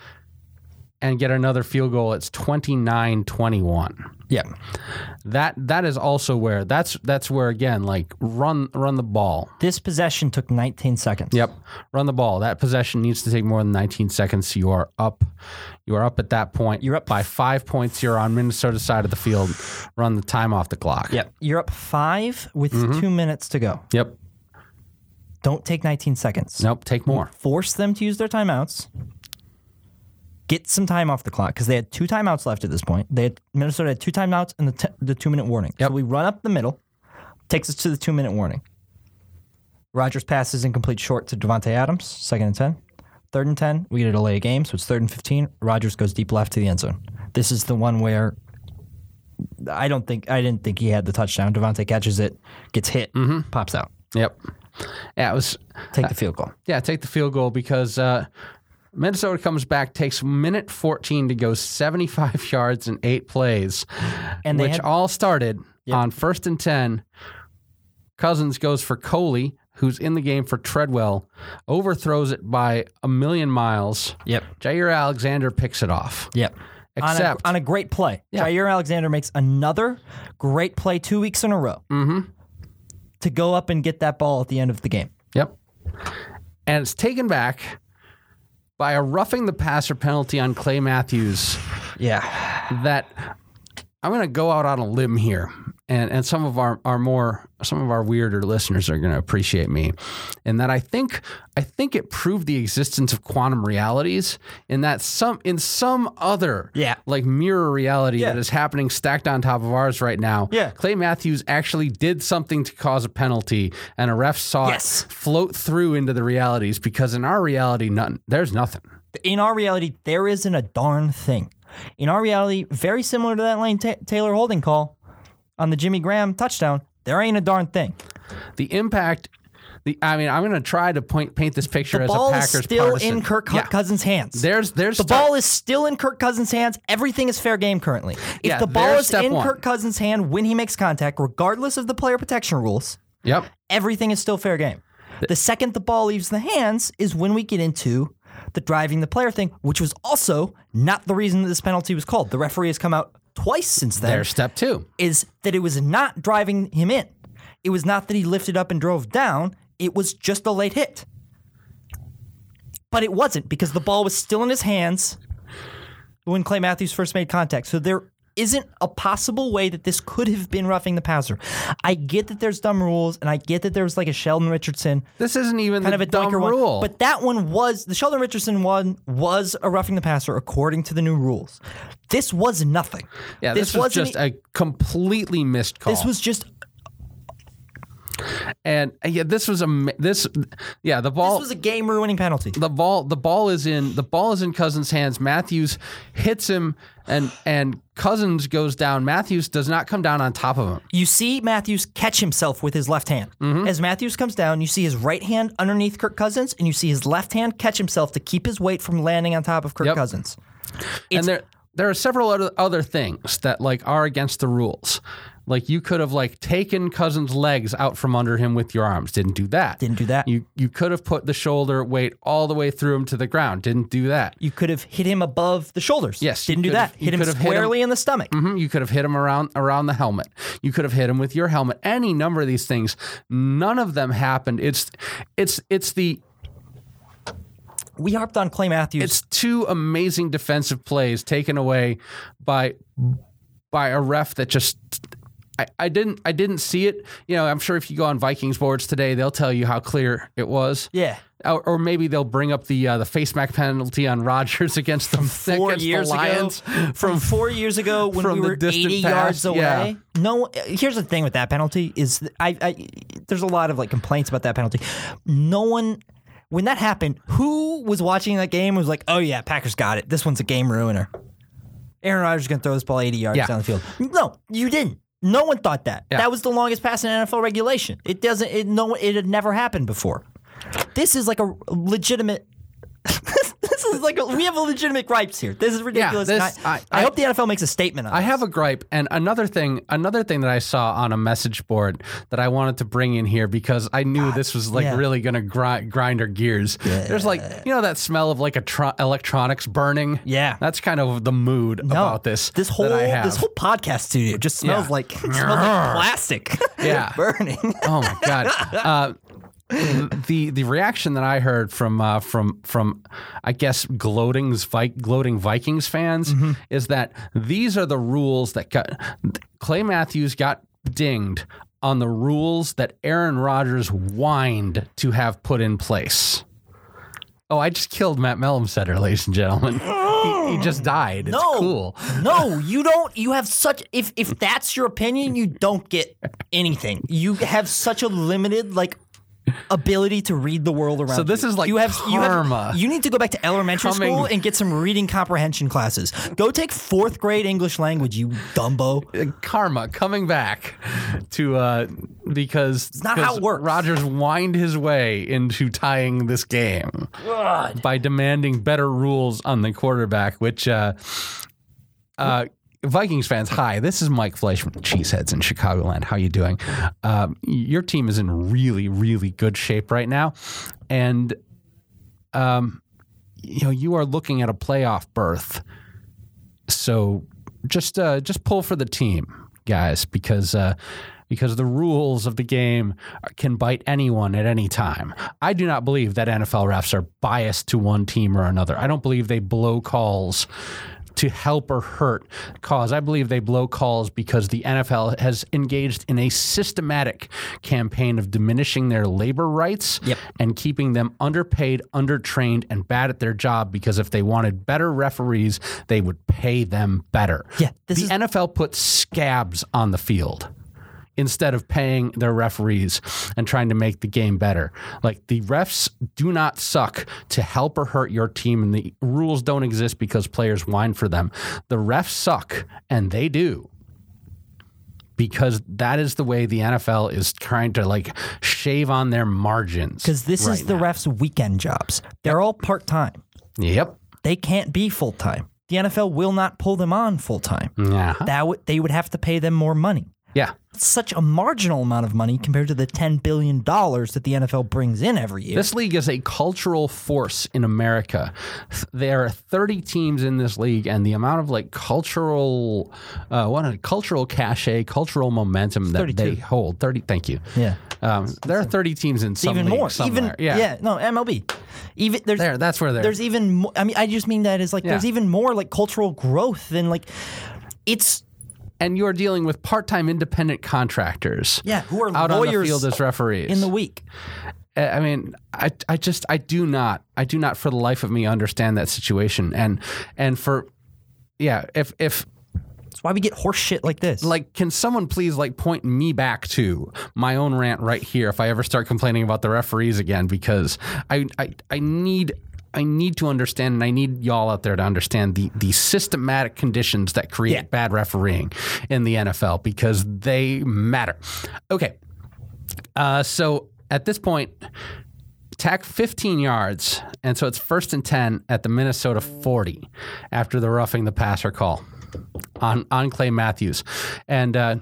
Speaker 1: and get another field goal. It's 29-21.
Speaker 2: Yeah.
Speaker 1: That that is also where that's that's where again like run run the ball.
Speaker 2: This possession took 19 seconds.
Speaker 1: Yep. Run the ball. That possession needs to take more than 19 seconds. You are up. You are up at that point.
Speaker 2: You're up.
Speaker 1: by five points. You're on Minnesota's side of the field. Run the time off the clock.
Speaker 2: Yep. You're up 5 with 2 minutes to go.
Speaker 1: Yep.
Speaker 2: Don't take 19 seconds.
Speaker 1: Nope. Take more.
Speaker 2: Force them to use their timeouts. Get some time off the clock because they had two timeouts left at this point. They had Minnesota had two timeouts and the, t- the two minute warning. So we run up the middle, takes us to the two minute warning. Rogers passes incomplete short to Devontae Adams, second and 10. Third and 10, we get a delay of game, so it's third and 15. Rogers goes deep left to the end zone. This is the one where I don't think, I didn't think he had the touchdown. Devontae catches it, gets hit, pops out.
Speaker 1: Yep. Yeah. It was.
Speaker 2: Take the field goal.
Speaker 1: Yeah. Take the field goal because uh, Minnesota comes back. Takes minute 14 to go. 75 yards in eight plays,
Speaker 2: And they
Speaker 1: which
Speaker 2: had-
Speaker 1: all started on first and 10. Cousins goes for Coley, who's in the game for Treadwell, overthrows it by a million miles.
Speaker 2: Yep.
Speaker 1: Jair Alexander picks it off.
Speaker 2: Yep.
Speaker 1: Except,
Speaker 2: on a, on a great play. Jair Alexander makes another great play two weeks in a row
Speaker 1: Mm-hmm.
Speaker 2: to go up and get that ball at the end of the game.
Speaker 1: yep. And it's taken back by a roughing the passer penalty on Clay Matthews
Speaker 2: Yeah.
Speaker 1: that I'm going to go out on a limb here and and some of our, our more some of our weirder listeners are going to appreciate me in that I think I think it proved the existence of quantum realities in that some in some other
Speaker 2: Yeah.
Speaker 1: like mirror reality
Speaker 2: Yeah.
Speaker 1: that is happening stacked on top of ours right now.
Speaker 2: Yeah.
Speaker 1: Clay Matthews actually did something to cause a penalty and a ref saw
Speaker 2: Yes.
Speaker 1: it float through into the realities because in our reality none there's nothing.
Speaker 2: in our reality, there isn't a darn thing. In our reality, very similar to that Lane Ta Taylor holding call on the Jimmy Graham touchdown, there ain't a darn thing.
Speaker 1: The impact the, I mean, I'm going to try to point paint this picture as
Speaker 2: Ball
Speaker 1: a
Speaker 2: is
Speaker 1: Packers
Speaker 2: still
Speaker 1: partisan.
Speaker 2: in Kirk
Speaker 1: Yeah.
Speaker 2: Cousins' hands.
Speaker 1: There's there's
Speaker 2: the ball is still in Kirk Cousins' hands. Everything is fair game currently. If
Speaker 1: Yeah,
Speaker 2: the ball
Speaker 1: there's
Speaker 2: is
Speaker 1: step
Speaker 2: in
Speaker 1: one.
Speaker 2: Kirk Cousins' hand when he makes contact, regardless of the player protection rules,
Speaker 1: Yep.
Speaker 2: everything is still fair game. The second the ball leaves the hands is when we get into the driving the player thing, which was also not the reason that this penalty was called. The referee has come out twice since then,
Speaker 1: There's step two.
Speaker 2: is that it was not driving him in. It was not that he lifted up and drove down. It was just a late hit. But it wasn't because the ball was still in his hands when Clay Matthews first made contact. So there isn't a possible way that this could have been roughing the passer. I get that there's dumb rules, and I get that there was like a Sheldon Richardson
Speaker 1: This isn't even
Speaker 2: kind
Speaker 1: the
Speaker 2: of a
Speaker 1: dumb
Speaker 2: dunker one.
Speaker 1: rule.
Speaker 2: But that one was the Sheldon Richardson one was a roughing the passer according to the new rules. This was nothing.
Speaker 1: yeah, this, was
Speaker 2: wasn't- e
Speaker 1: just a completely missed call.
Speaker 2: this was just
Speaker 1: and uh, yeah, this was a mi- this yeah the ball
Speaker 2: This was a game ruining penalty.
Speaker 1: the ball the ball is in the ball is in Cousins' hands. Matthews hits him and and Cousins goes down. Matthews does not come down on top of him.
Speaker 2: You see Matthews catch himself with his left hand.
Speaker 1: Mm-hmm.
Speaker 2: As Matthews comes down, you see his right hand underneath Kirk Cousins, and you see his left hand catch himself to keep his weight from landing on top of Kirk
Speaker 1: Yep.
Speaker 2: Cousins.
Speaker 1: and there there are several other other things that like are against the rules. Like you could have like taken Cousins' legs out from under him with your arms. Didn't do that.
Speaker 2: Didn't do that. You,
Speaker 1: You you could have put the shoulder weight all the way through him to the ground. Didn't do that.
Speaker 2: could have hit him above the shoulders.
Speaker 1: Yes, you
Speaker 2: Didn't do
Speaker 1: could have-
Speaker 2: that.
Speaker 1: you
Speaker 2: Hit him
Speaker 1: could have hit him-
Speaker 2: squarely in the stomach.
Speaker 1: Mhm, You could have hit him around around the helmet. You could have hit him with your helmet. Any number of these things. None of them happened. It's it's it's the
Speaker 2: We harped on Clay Matthews.
Speaker 1: it's two amazing defensive plays taken away by by a ref that just I, I didn't I didn't see it. You know, I'm sure if you go on Vikings boards today, they'll tell you how clear it was.
Speaker 2: yeah.
Speaker 1: Or, or maybe they'll bring up the uh, the face mac penalty on Rodgers against the
Speaker 2: Four
Speaker 1: against
Speaker 2: years
Speaker 1: the Lions.
Speaker 2: ago, from four years ago when
Speaker 1: from
Speaker 2: we
Speaker 1: the
Speaker 2: were
Speaker 1: distant
Speaker 2: 80
Speaker 1: past,
Speaker 2: yards away.
Speaker 1: yeah.
Speaker 2: No, here's the thing with that penalty is th- I, I there's a lot of like complaints about that penalty. No one when that happened, who was watching that game was like, "Oh yeah, Packers got it. This one's a game ruiner." Aaron Rodgers is going to throw this ball 80 yards
Speaker 1: Yeah.
Speaker 2: down the field. No, you didn't. No one thought that.
Speaker 1: Yeah.
Speaker 2: That was the longest pass in NFL regulation. It doesn't it no it had never happened before. This is like a legitimate this is like a, we have a legitimate gripes here. This is ridiculous.
Speaker 1: this-
Speaker 2: and I,
Speaker 1: I-
Speaker 2: I
Speaker 1: I-
Speaker 2: hope the NFL makes a statement on.
Speaker 1: I
Speaker 2: it.
Speaker 1: have a gripe and another thing another thing that I saw on a message board that I wanted to bring in here because I knew this was like
Speaker 2: yeah.
Speaker 1: really going to grind, grind our gears. There's like you know that smell of like a tr- electronics burning.
Speaker 2: Yeah.
Speaker 1: That's kind of the mood
Speaker 2: No,
Speaker 1: about this.
Speaker 2: This whole
Speaker 1: that I have.
Speaker 2: this whole podcast studio just smells
Speaker 1: Yeah.
Speaker 2: like it smells like plastic.
Speaker 1: Yeah.
Speaker 2: burning.
Speaker 1: Oh my god. Uh, the the reaction that I heard from uh, from from I guess gloating's Vi- gloating Vikings fans is that these are the rules that got Clay Matthews got dinged on the rules that Aaron Rodgers whined to have put in place. Oh, I just killed Matt Melumsetter, ladies and gentlemen. He, he just died. It's
Speaker 2: No,
Speaker 1: cool.
Speaker 2: no, you don't. You have such. If if that's your opinion, you don't get anything. You have such a limited like ability to read the world around.
Speaker 1: So this
Speaker 2: you.
Speaker 1: is like
Speaker 2: you have You,
Speaker 1: karma.
Speaker 2: have, you need to go back to elementary
Speaker 1: Coming.
Speaker 2: school and get some reading comprehension classes. Go take fourth grade English language, you dumbo.
Speaker 1: karma coming back to uh because it's
Speaker 2: not how it works.
Speaker 1: Rogers whined his way into tying this game by demanding better rules on the quarterback, which uh uh Vikings fans, hi. This is Mike Fleisch from Cheeseheads in Chicagoland. How you doing? Um, your team is in really, really good shape right now, and um, you know you are looking at a playoff berth. So just uh, just pull for the team, guys, because uh, because the rules of the game can bite anyone at any time. I do not believe that NFL refs are biased to one team or another. I don't believe they blow calls to help or hurt cause. I believe they blow calls because the NFL has engaged in a systematic campaign of diminishing their labor rights
Speaker 2: Yep.
Speaker 1: and keeping them underpaid, undertrained, and bad at their job because if they wanted better referees, they would pay them better.
Speaker 2: Yeah, this
Speaker 1: the
Speaker 2: is-
Speaker 1: NFL put scabs on the field instead of paying their referees and trying to make the game better. Like the refs do not suck to help or hurt your team, and the rules don't exist because players whine for them. The refs suck, and they do. Because that is the way the NFL is trying to like shave on their margins.
Speaker 2: Because this is
Speaker 1: right
Speaker 2: the refs' weekend jobs. They're all part time.
Speaker 1: now. yep,
Speaker 2: They can't be full time. The NFL will not pull them on full time.
Speaker 1: yeah,
Speaker 2: That would they would have to pay them more money.
Speaker 1: yeah,
Speaker 2: Such a marginal amount of money compared to the ten billion dollars that the NFL brings in every year.
Speaker 1: This league is a cultural force in America. Th- There are 30 teams in this league, and the amount of like cultural, uh, what a cultural cachet, cultural momentum that
Speaker 2: 32.
Speaker 1: they hold. 30. Thank you.
Speaker 2: yeah,
Speaker 1: Um, there are 30 teams in some
Speaker 2: even
Speaker 1: league
Speaker 2: more.
Speaker 1: somewhere.
Speaker 2: Even
Speaker 1: yeah.
Speaker 2: no MLB. Even there's
Speaker 1: There, that's where they're.
Speaker 2: there's even more, I mean I just mean that as like
Speaker 1: Yeah.
Speaker 2: there's even more like cultural growth than like it's
Speaker 1: and you're dealing with part-time independent contractors.
Speaker 2: yeah who are
Speaker 1: Out on the
Speaker 2: lawyers
Speaker 1: field as referees.
Speaker 2: in the week.
Speaker 1: I I mean, I, I just I do not I do not for the life of me understand that situation. And and for yeah, if if
Speaker 2: That's why we get horse shit like this.
Speaker 1: like can someone please like point me back to my own rant right here if i ever start complaining about the referees again because i i, I need I need to understand, and I need y'all out there to understand the, the systematic conditions that create
Speaker 2: Yeah.
Speaker 1: bad refereeing in the NFL because they matter. Okay. Uh, so at this point, tack 15 yards, and so it's first and 10 at the Minnesota 40 after the roughing the passer call on, on Clay Matthews. And uh,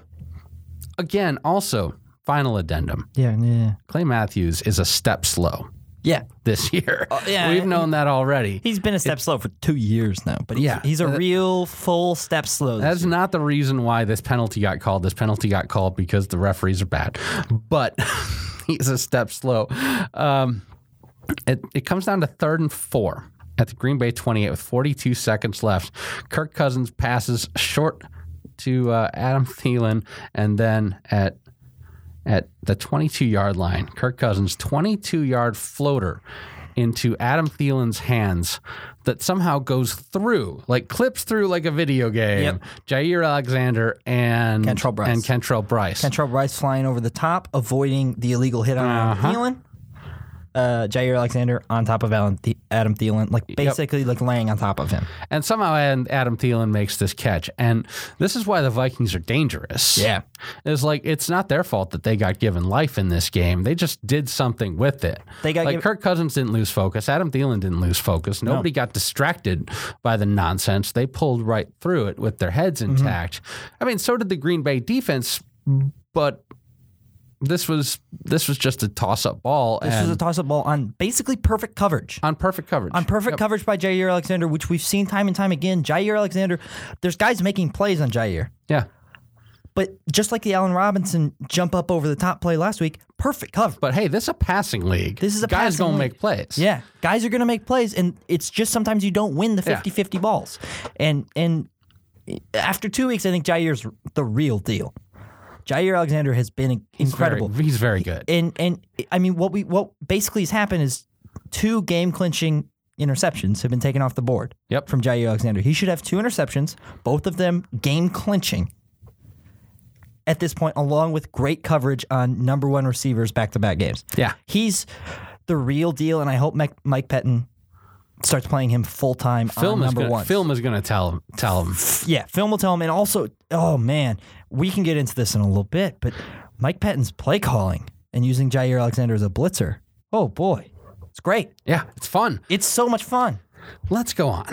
Speaker 1: again, also, final addendum
Speaker 2: yeah, yeah.
Speaker 1: Clay Matthews is a step slow
Speaker 2: Yeah.
Speaker 1: this year.
Speaker 2: yeah.
Speaker 1: We've known that already.
Speaker 2: He's been a step slow for two years now, but he's,
Speaker 1: Yeah. Uh,
Speaker 2: he's a real full step slow.
Speaker 1: That's not the reason why this penalty got called. This penalty got called because the referees are bad, but he's a step slow. Um, it, it comes down to third and four at the Green Bay 28 with 42 seconds left. Kirk Cousins passes short to uh, Adam Thielen, and then at at the 22 yard line, Kirk Cousins 22 yard floater into Adam Thielen's hands that somehow goes through, like clips through like a video game.
Speaker 2: Yep.
Speaker 1: Jair Alexander and
Speaker 2: Kentrell Bryce.
Speaker 1: and Kentrell Bryce.
Speaker 2: Kentrell Bryce flying over the top, avoiding the illegal hit on Adam Thielen. Uh, Jair Alexander on top of Alan Th- Adam Thielen, like basically like laying on top of him.
Speaker 1: And somehow Ad- Adam Thielen makes this catch. And this is why the Vikings are dangerous.
Speaker 2: Yeah.
Speaker 1: It's like it's not their fault that they got given life in this game. They just did something with it.
Speaker 2: They got
Speaker 1: like
Speaker 2: giv-
Speaker 1: Kirk Cousins didn't lose focus. Adam Thielen didn't lose focus. Nobody got distracted by the nonsense. They pulled right through it with their heads
Speaker 2: Mm-hmm.
Speaker 1: intact. I mean, so did the Green Bay defense, but this was this was just a toss up ball
Speaker 2: This
Speaker 1: and Uh,
Speaker 2: was a toss up ball on basically perfect coverage.
Speaker 1: on perfect coverage.
Speaker 2: On perfect coverage by Jair Alexander, which we've seen time and time again. Jair Alexander, there's guys making plays on Jair.
Speaker 1: yeah.
Speaker 2: But just like the Allen Robinson jump up over the top play last week, perfect cover.
Speaker 1: But hey, this is a passing league.
Speaker 2: This is a
Speaker 1: guys
Speaker 2: passing
Speaker 1: gonna
Speaker 2: league.
Speaker 1: make plays.
Speaker 2: Yeah, guys are going to make plays, and it's just sometimes you don't win the 50-50 balls. And and after two weeks, I think Jair's the real deal. Jair Alexander has been in- incredible,
Speaker 1: Very- he's very good.
Speaker 2: and and I mean what we what basically has happened is two game clinching interceptions have been taken off the board.
Speaker 1: Yep.
Speaker 2: from Jair Alexander, he should have two interceptions, both of them game clinching. At this point, along with great coverage on number one receivers back to back games
Speaker 1: Yeah.
Speaker 2: he's the real deal, and I hope Mike, Mike Pettin starts playing him full time on
Speaker 1: Film is
Speaker 2: number
Speaker 1: gonna,
Speaker 2: one.
Speaker 1: film is going to tell him tell him.
Speaker 2: yeah, film will tell him. And also, oh man, we can get into this in a little bit, but Mike Pettin's play calling and using Jair Alexander as a blitzer. Oh boy, it's great.
Speaker 1: Yeah, it's fun.
Speaker 2: It's so much fun.
Speaker 1: Let's go on.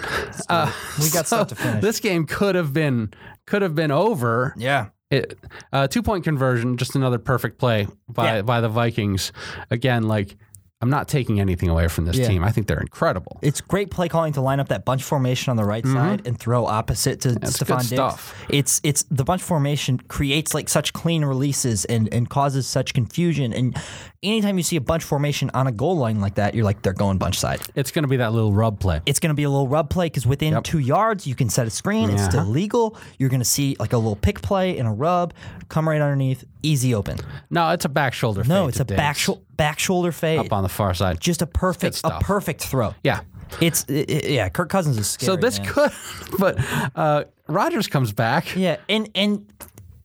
Speaker 1: Uh,
Speaker 2: We got stuff to finish.
Speaker 1: This game could have been could have been over.
Speaker 2: Yeah.
Speaker 1: It, uh, two point conversion, just another perfect play by
Speaker 2: Yeah.
Speaker 1: by the Vikings. Again, like I'm not taking anything away from this
Speaker 2: Yeah.
Speaker 1: team. I think they're incredible.
Speaker 2: It's great play calling to line up that bunch formation on the right side and throw opposite to
Speaker 1: Mm-hmm. That's
Speaker 2: Stephon
Speaker 1: good
Speaker 2: Diggs.
Speaker 1: stuff.
Speaker 2: It's it's the bunch formation creates like such clean releases and and causes such confusion. And anytime you see a bunch formation on a goal line like that, you're like they're going bunch side.
Speaker 1: It's going to be that little rub play.
Speaker 2: It's going to be a little rub play because within two yards you can set a screen. It's still legal. You're going to see like a little pick play and a rub come right underneath, easy open.
Speaker 1: No, it's a back shoulder.
Speaker 2: No,
Speaker 1: fade
Speaker 2: it's
Speaker 1: to
Speaker 2: a
Speaker 1: Diggs
Speaker 2: back, shou- back shoulder fade.
Speaker 1: up on the far side.
Speaker 2: Just a perfect a
Speaker 1: stuff.
Speaker 2: perfect throw.
Speaker 1: yeah.
Speaker 2: It's i i yeah, Kirk Cousins is scary.
Speaker 1: So this
Speaker 2: man.
Speaker 1: could, but uh, Rogers comes back.
Speaker 2: yeah, and and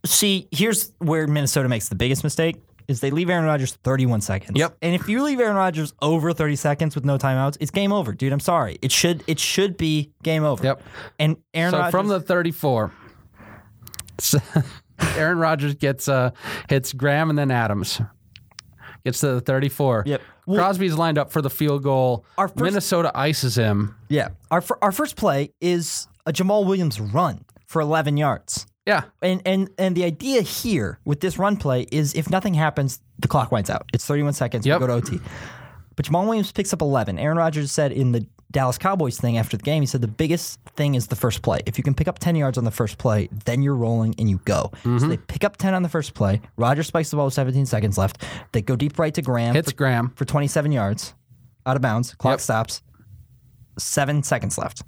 Speaker 2: see, here's where Minnesota makes the biggest mistake is they leave Aaron Rodgers 31 seconds.
Speaker 1: Yep.
Speaker 2: And if you leave Aaron Rodgers over 30 seconds with no timeouts, it's game over, dude. I'm sorry. It should it should be game over.
Speaker 1: Yep.
Speaker 2: And Aaron
Speaker 1: so
Speaker 2: Rodgers
Speaker 1: from the 34, so Aaron Rodgers gets uh, hits Graham and then Adams. Gets to the 34.
Speaker 2: Yep.
Speaker 1: Crosby's lined up for the field goal.
Speaker 2: Our first-
Speaker 1: Minnesota ices him.
Speaker 2: Yeah. Our fir- our first play is a Jamal Williams run for 11 yards.
Speaker 1: Yeah.
Speaker 2: And and and the idea here with this run play is if nothing happens, the clock winds out. It's 31 seconds.
Speaker 1: Yep.
Speaker 2: We go to OT. But Jamal Williams picks up 11. Aaron Rodgers said in the Dallas Cowboys thing after the game, he said the biggest thing is the first play. If you can pick up 10 yards on the first play, then you're rolling and you go.
Speaker 1: Mm-hmm.
Speaker 2: So they pick up 10 on the first play. Rodgers spikes the ball with 17 seconds left. They go deep right to Graham
Speaker 1: Hits
Speaker 2: for,
Speaker 1: Graham.
Speaker 2: for 27 yards, out of bounds. Clock
Speaker 1: Yep.
Speaker 2: stops. Seven seconds left.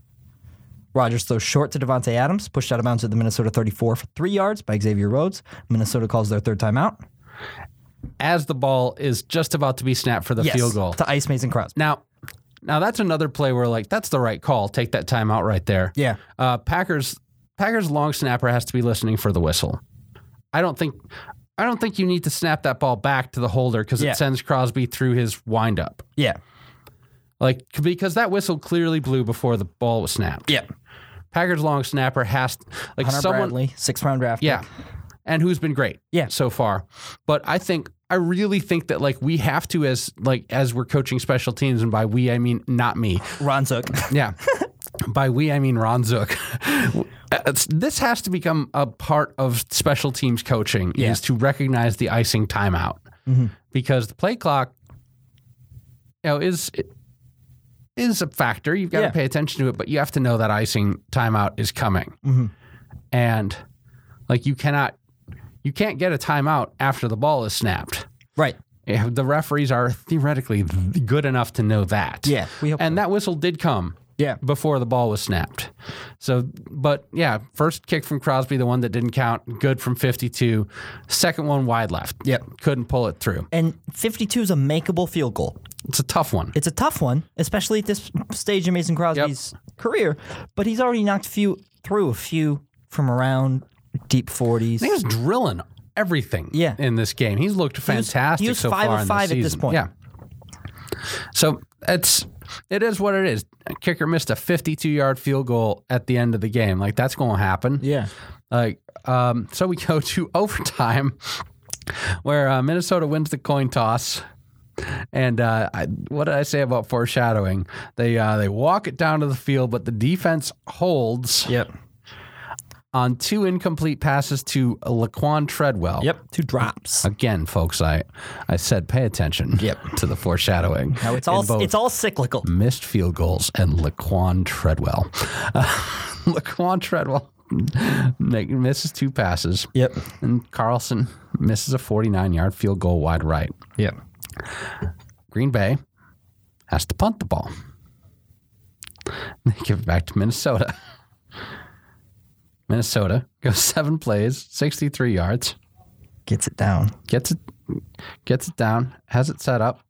Speaker 2: Rodgers throws short to Devontae Adams, pushed out of bounds at the Minnesota 34 for three yards by Xavier Rhodes. Minnesota calls their third timeout.
Speaker 1: As the ball is just about to be snapped for the field goal.
Speaker 2: To ice Mason Crosby.
Speaker 1: Now, now that's another play where like that's the right call. Take that timeout right there.
Speaker 2: Yeah.
Speaker 1: Uh, Packers Packers long snapper has to be listening for the whistle. I don't think I don't think you need to snap that ball back to the holder because
Speaker 2: Yeah.
Speaker 1: it sends Crosby through his windup.
Speaker 2: Yeah.
Speaker 1: Like c- because that whistle clearly blew before the ball was snapped.
Speaker 2: Yeah.
Speaker 1: Packers long snapper has like
Speaker 2: Hunter
Speaker 1: someone
Speaker 2: Bradley, sixth round draft.
Speaker 1: yeah.
Speaker 2: pick.
Speaker 1: And who's been great
Speaker 2: Yeah.
Speaker 1: so far. But I think I really think that like we have to as like as we're coaching special teams and by we I mean not me.
Speaker 2: Ron Zook.
Speaker 1: Yeah. By we, I mean Ron Zook. It's- this has to become a part of special teams coaching
Speaker 2: Yeah. Mm-hmm.
Speaker 1: is to recognize the icing timeout because the play clock you know, is is a factor. You've got
Speaker 2: Yeah.
Speaker 1: to pay attention to it, but you have to know that icing timeout is coming,
Speaker 2: Mm-hmm.
Speaker 1: and like you cannot you can't get a timeout after the ball is snapped.
Speaker 2: right.
Speaker 1: Yeah, The referees are theoretically good enough to know that.
Speaker 2: Yeah, we hope
Speaker 1: and that whistle did come.
Speaker 2: Yeah.
Speaker 1: Before the ball was snapped. So, but yeah, first kick from Crosby, the one that didn't count, good from 52. Second one wide left.
Speaker 2: Yep.
Speaker 1: Couldn't pull it through.
Speaker 2: And 52 is a makeable field goal.
Speaker 1: It's a tough one.
Speaker 2: It's a tough one, especially at this stage in Mason Crosby's career, but he's already knocked few through a few from around deep 40s.
Speaker 1: He was drilling everything
Speaker 2: Yeah.
Speaker 1: in this game. He's looked fantastic
Speaker 2: he was
Speaker 1: so
Speaker 2: five
Speaker 1: far
Speaker 2: of
Speaker 1: in
Speaker 2: five
Speaker 1: this
Speaker 2: at this
Speaker 1: season.
Speaker 2: point.
Speaker 1: Yeah. So it's it is what it is. Kicker missed a 52-yard field goal at the end of the game. Like that's going to happen.
Speaker 2: Yeah.
Speaker 1: Like, um, so we go to overtime, where uh, Minnesota wins the coin toss. And uh, I, what did I say about foreshadowing? They uh, they walk it down to the field, but the defense holds
Speaker 2: Yep.
Speaker 1: on two incomplete passes to Laquan Treadwell.
Speaker 2: Yep. Two drops.
Speaker 1: Again, folks, I I said pay attention.
Speaker 2: Yep.
Speaker 1: to the foreshadowing.
Speaker 2: Now it's
Speaker 1: in
Speaker 2: all
Speaker 1: both
Speaker 2: it's all cyclical.
Speaker 1: missed field goals and Laquan Treadwell. Uh, Laquan Treadwell make- misses two passes.
Speaker 2: Yep.
Speaker 1: And Carlson misses a 49 yard field goal wide right.
Speaker 2: Yep.
Speaker 1: Green Bay has to punt the ball. They give it back to Minnesota. Minnesota goes seven plays, 63 yards,
Speaker 2: Gets it down.
Speaker 1: gets it, gets it down, has it set up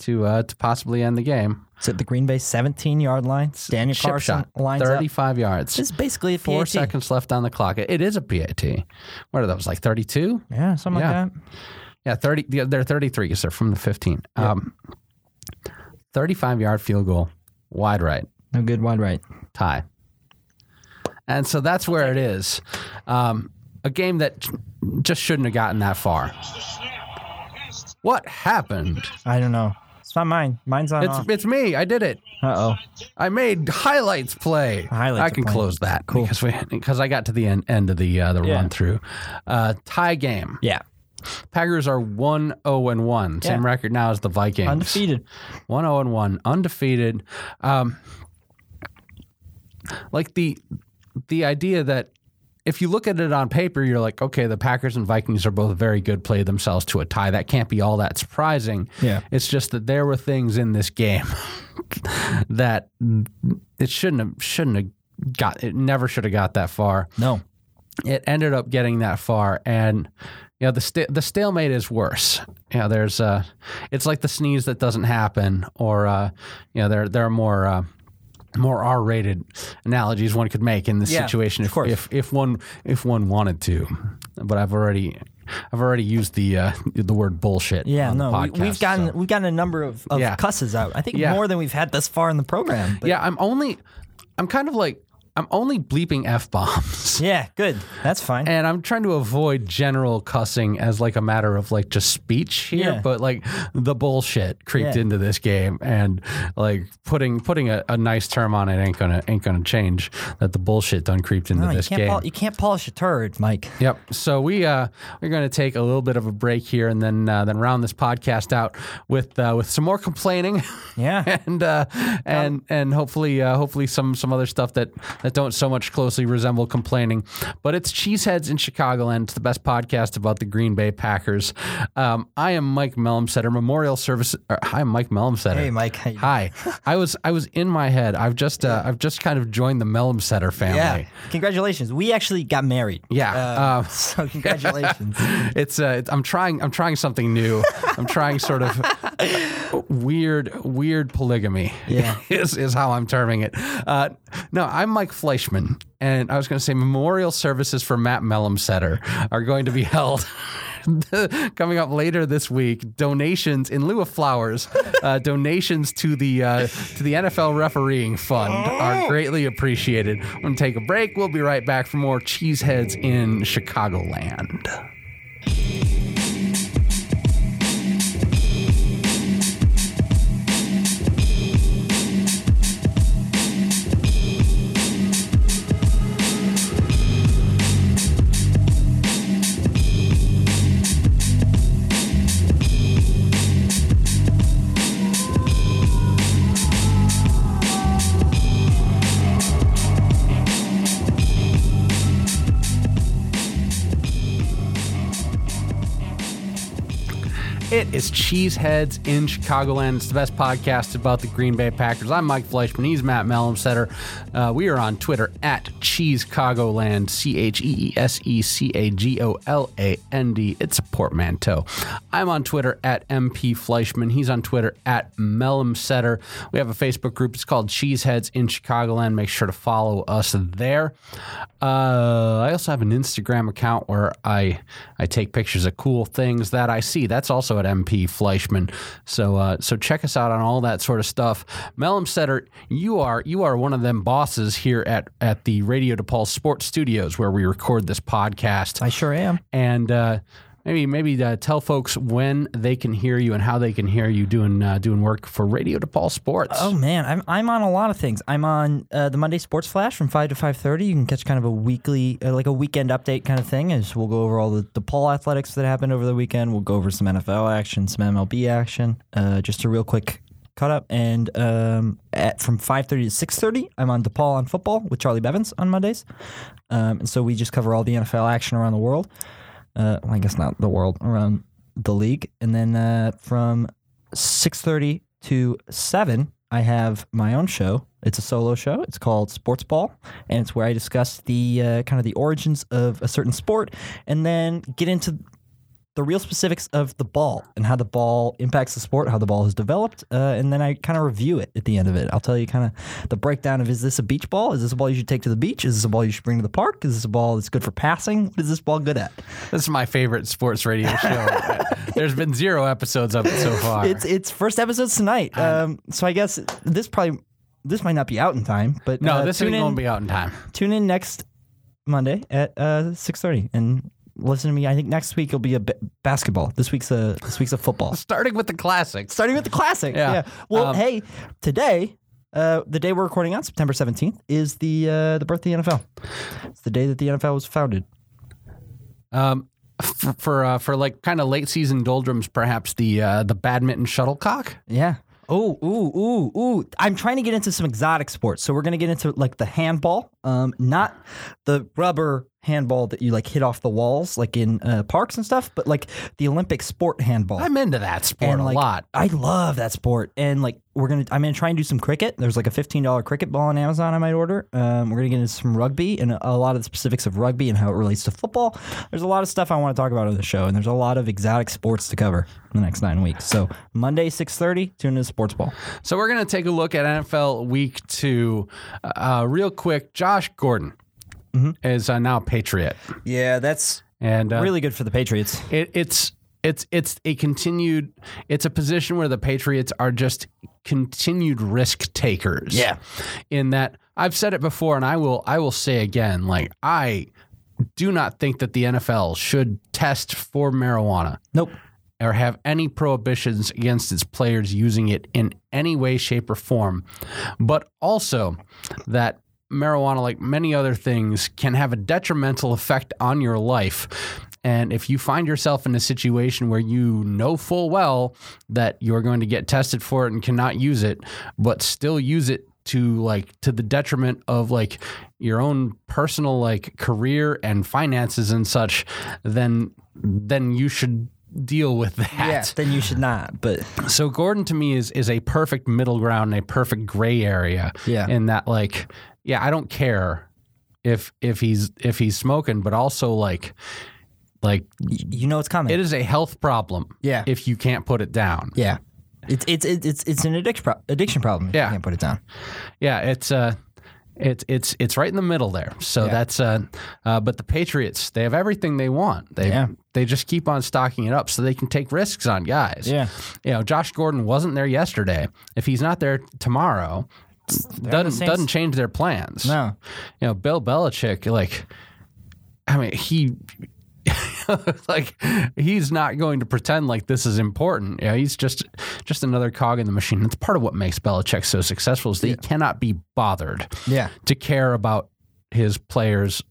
Speaker 1: to uh, to possibly end the game.
Speaker 2: It's at the Green Bay 17 yard line. Daniel
Speaker 1: Chip
Speaker 2: Carson
Speaker 1: shot,
Speaker 2: lines up.
Speaker 1: 35 yards.
Speaker 2: This is basically a
Speaker 1: Four
Speaker 2: PAT.
Speaker 1: seconds left on the clock. It- it is a PAT. What are those, like 32?
Speaker 2: Yeah, something
Speaker 1: Yeah.
Speaker 2: like that.
Speaker 1: Yeah, 30. yeah, They're 33 because they're from the 15. Um, 35 yard field goal, wide right,
Speaker 2: No good wide right.
Speaker 1: tie. And so that's where it is. Um, a game that j- just shouldn't have gotten that far. What happened?
Speaker 2: I don't know. It's not mine. Mine's on.
Speaker 1: It's, it's me. I did it.
Speaker 2: Uh oh.
Speaker 1: I made highlights play.
Speaker 2: Highlights
Speaker 1: I
Speaker 2: are
Speaker 1: can
Speaker 2: playing.
Speaker 1: close that because we because I got to the end, end of the uh, the
Speaker 2: Yeah.
Speaker 1: run through. Uh, tie game.
Speaker 2: Yeah.
Speaker 1: Packers are 1 0 and 1. Same
Speaker 2: Yeah.
Speaker 1: record now as the Vikings.
Speaker 2: Undefeated.
Speaker 1: 1 0 and 1, oh undefeated. Um, like the the idea that if you look at it on paper, you're like, okay, the Packers and Vikings are both very good, play themselves to a tie. That can't be all that surprising.
Speaker 2: Yeah.
Speaker 1: It's just that there were things in this game that it shouldn't have shouldn't have got it never should have got that far
Speaker 2: No.
Speaker 1: it ended up getting that far and you know the st- the stalemate is worse you know there's uh it's like the sneeze that doesn't happen or uh you know there there are more uh more R-rated analogies one could make in this
Speaker 2: Yeah,
Speaker 1: situation
Speaker 2: of
Speaker 1: if,
Speaker 2: course.
Speaker 1: if if one if one wanted to but I've already I've already used the uh, the word bullshit
Speaker 2: Yeah,
Speaker 1: on the
Speaker 2: no.
Speaker 1: podcast,
Speaker 2: we, have gotten
Speaker 1: so.
Speaker 2: we've gotten a number of, of
Speaker 1: Yeah.
Speaker 2: cusses out. I think
Speaker 1: Yeah.
Speaker 2: more than we've had thus far in the program. But
Speaker 1: yeah I'm only I'm kind of like I'm only bleeping f-bombs
Speaker 2: yeah, good. That's fine.
Speaker 1: and I'm trying to avoid general cussing as like a matter of like just speech here,
Speaker 2: Yeah.
Speaker 1: but like the bullshit creeped
Speaker 2: Yeah.
Speaker 1: into this game, and like putting putting a, a nice term on it ain't gonna ain't gonna change that the bullshit done creeped into
Speaker 2: No, you
Speaker 1: this
Speaker 2: can't
Speaker 1: game.
Speaker 2: pol- you can't polish a turd, Mike.
Speaker 1: Yep. So we uh, we're going to take a little bit of a break here, and then uh, then round this podcast out with uh, with some more complaining,
Speaker 2: Yeah.
Speaker 1: and uh, and and hopefully uh, hopefully some some other stuff that that don't so much closely resemble complaining. But it's Cheeseheads in Chicagoland. It's the best podcast about the Green Bay Packers. Um, I am Mike Melumsetter, Memorial Service. Or, I'm Mike Melumsetter.
Speaker 2: hey, Mike. How you doing?
Speaker 1: Hi. I was I was in my head. I've just uh, I've just kind of joined the Melumsetter family.
Speaker 2: Yeah. Congratulations. We actually got married.
Speaker 1: Yeah,
Speaker 2: Uh,
Speaker 1: um,
Speaker 2: so congratulations.
Speaker 1: it's uh, it's- I'm trying I'm trying something new. I'm trying sort of weird weird polygamy.
Speaker 2: Yeah.
Speaker 1: is is how I'm terming it. Uh, no, I'm Mike Fleischman, and I was going to say memorial services for Matt Mellumsetter are going to be held. Coming up later this week, donations in lieu of flowers, uh, donations to the uh, to the NFL refereeing fund are greatly appreciated. I'm gonna take a break. We'll be right back for more cheeseheads in Chicagoland. It is Cheeseheads in Chicagoland. It's the best podcast about the Green Bay Packers. I'm Mike Fleischman. He's Matt Malumsetter. Uh, we are on Twitter at Cheesecagoland, C H E E S E C A G O L A N D. It's a portmanteau. I'm on Twitter at MP Fleischman. He's on Twitter at Melumsetter. We have a Facebook group. It's called Cheeseheads in Chicagoland. Make sure to follow us there. Uh, I also have an Instagram account where I I take pictures of cool things that I see. That's also at MP Fleischman. So uh, so check us out on all that sort of stuff. Mellum Setter, you are you are one of them bosses here at at the Radio DePaul Sports Studios where we record this podcast.
Speaker 2: I sure am.
Speaker 1: And uh, maybe maybe uh, tell folks when they can hear you and how they can hear you doing uh, doing work for Radio DePaul Sports.
Speaker 2: Oh man, I'm I'm on a lot of things. I'm on uh, the Monday Sports Flash from five to five thirty. You can catch kind of a weekly, uh, like a weekend update kind of thing. As we'll go over all the the Paul athletics that happened over the weekend. We'll go over some NFL action, some MLB action. Uh, just a real quick cut up. And um, at from five thirty to six thirty, I'm on DePaul on football with Charlie Bevins on Mondays. Um, and so we just cover all the NFL action around the world. Uh, well, I guess not the world, around the league. And then uh, from 6.30 to 7, I have my own show. It's a solo show. It's called Sports Ball, and it's where I discuss the uh, kind of the origins of a certain sport and then get into the real specifics of the ball and how the ball impacts the sport, how the ball is developed, uh, and then I kind of review it at the end of it. I'll tell you kind of the breakdown of is this a beach ball? Is this a ball you should take to the beach? Is this a ball you should bring to the park? Is this a ball that's good for passing? What is this ball good at?
Speaker 1: This is my favorite sports radio show. There's been zero episodes of it so far.
Speaker 2: It's it's first episode's tonight, um, so I guess this probably this might not be out in time, but
Speaker 1: No,
Speaker 2: uh,
Speaker 1: this
Speaker 2: tune
Speaker 1: ain't
Speaker 2: in,
Speaker 1: gonna be out in time.
Speaker 2: tune in next Monday at uh, six thirty and listen to me. I think next week will be a b- basketball. This week's a this week's a football.
Speaker 1: Starting with the classics.
Speaker 2: starting with the classic.
Speaker 1: Yeah.
Speaker 2: Yeah. Well,
Speaker 1: Um,
Speaker 2: hey, today, uh, the day we're recording on September seventeenth is the uh, the birth of the NFL. It's the day that the NFL was founded.
Speaker 1: Um, for for, uh, for like kind of late season doldrums, perhaps the uh, the badminton shuttlecock.
Speaker 2: Yeah. Oh, ooh, ooh, ooh. I'm trying to get into some exotic sports. So we're gonna get into like the handball. Um, not the rubber handball that you like hit off the walls, like in uh, parks and stuff, but like the Olympic sport handball.
Speaker 1: I'm into that sport
Speaker 2: And,
Speaker 1: a
Speaker 2: like,
Speaker 1: lot.
Speaker 2: I love that sport. And like we're gonna I'm gonna try and do some cricket. There's like a fifteen dollar cricket ball on Amazon I might order. Um, we're gonna get into some rugby and a, a lot of the specifics of rugby and how it relates to football. There's a lot of stuff I want to talk about on the show, and there's a lot of exotic sports to cover in the next nine weeks. So Monday, six thirty, tune in to sports ball.
Speaker 1: So we're going to take a look at NFL Week Two, uh, real quick. Josh Gordon
Speaker 2: Mm-hmm.
Speaker 1: is uh, now a Patriot,
Speaker 2: Yeah, that's
Speaker 1: and uh,
Speaker 2: really good for the Patriots.
Speaker 1: it, it's it's it's a continued it's a position where the Patriots are just continued risk takers.
Speaker 2: Yeah.
Speaker 1: In that I've said it before and I will I will say again, like I do not think that the NFL should test for marijuana
Speaker 2: Nope.
Speaker 1: or have any prohibitions against its players using it in any way, shape, or form, but also that marijuana, like many other things, can have a detrimental effect on your life. And if you find yourself in a situation where you know full well that you're going to get tested for it and cannot use it, but still use it to like to the detriment of like your own personal like career and finances and such, then then you should deal with that.
Speaker 2: Then you should not. But
Speaker 1: So Gordon to me is is a perfect middle ground and a perfect gray area.
Speaker 2: Yeah.
Speaker 1: In that like, yeah, I don't care if if he's if he's smoking, but also like like
Speaker 2: you know it's coming.
Speaker 1: it is a health problem.
Speaker 2: Yeah.
Speaker 1: If you can't put it down.
Speaker 2: yeah. It's it's it's it's an addiction pro- addiction problem. If
Speaker 1: Yeah.
Speaker 2: You can't put it down.
Speaker 1: Yeah, it's uh it's it's it's right in the middle there. So that's uh, uh but the Patriots, they have everything they want. They
Speaker 2: Yeah.
Speaker 1: they just keep on stocking it up so they can take risks on guys.
Speaker 2: Yeah.
Speaker 1: You know, Josh Gordon wasn't there yesterday. If he's not there tomorrow,
Speaker 2: on the
Speaker 1: doesn't
Speaker 2: same
Speaker 1: doesn't
Speaker 2: s-
Speaker 1: change their plans.
Speaker 2: No.
Speaker 1: You know, Bill Belichick, like I mean, he like he's not going to pretend like this is important. You know, he's just just another cog in the machine. That's part of what makes Belichick so successful is that he cannot be bothered
Speaker 2: Yeah.
Speaker 1: to care about his players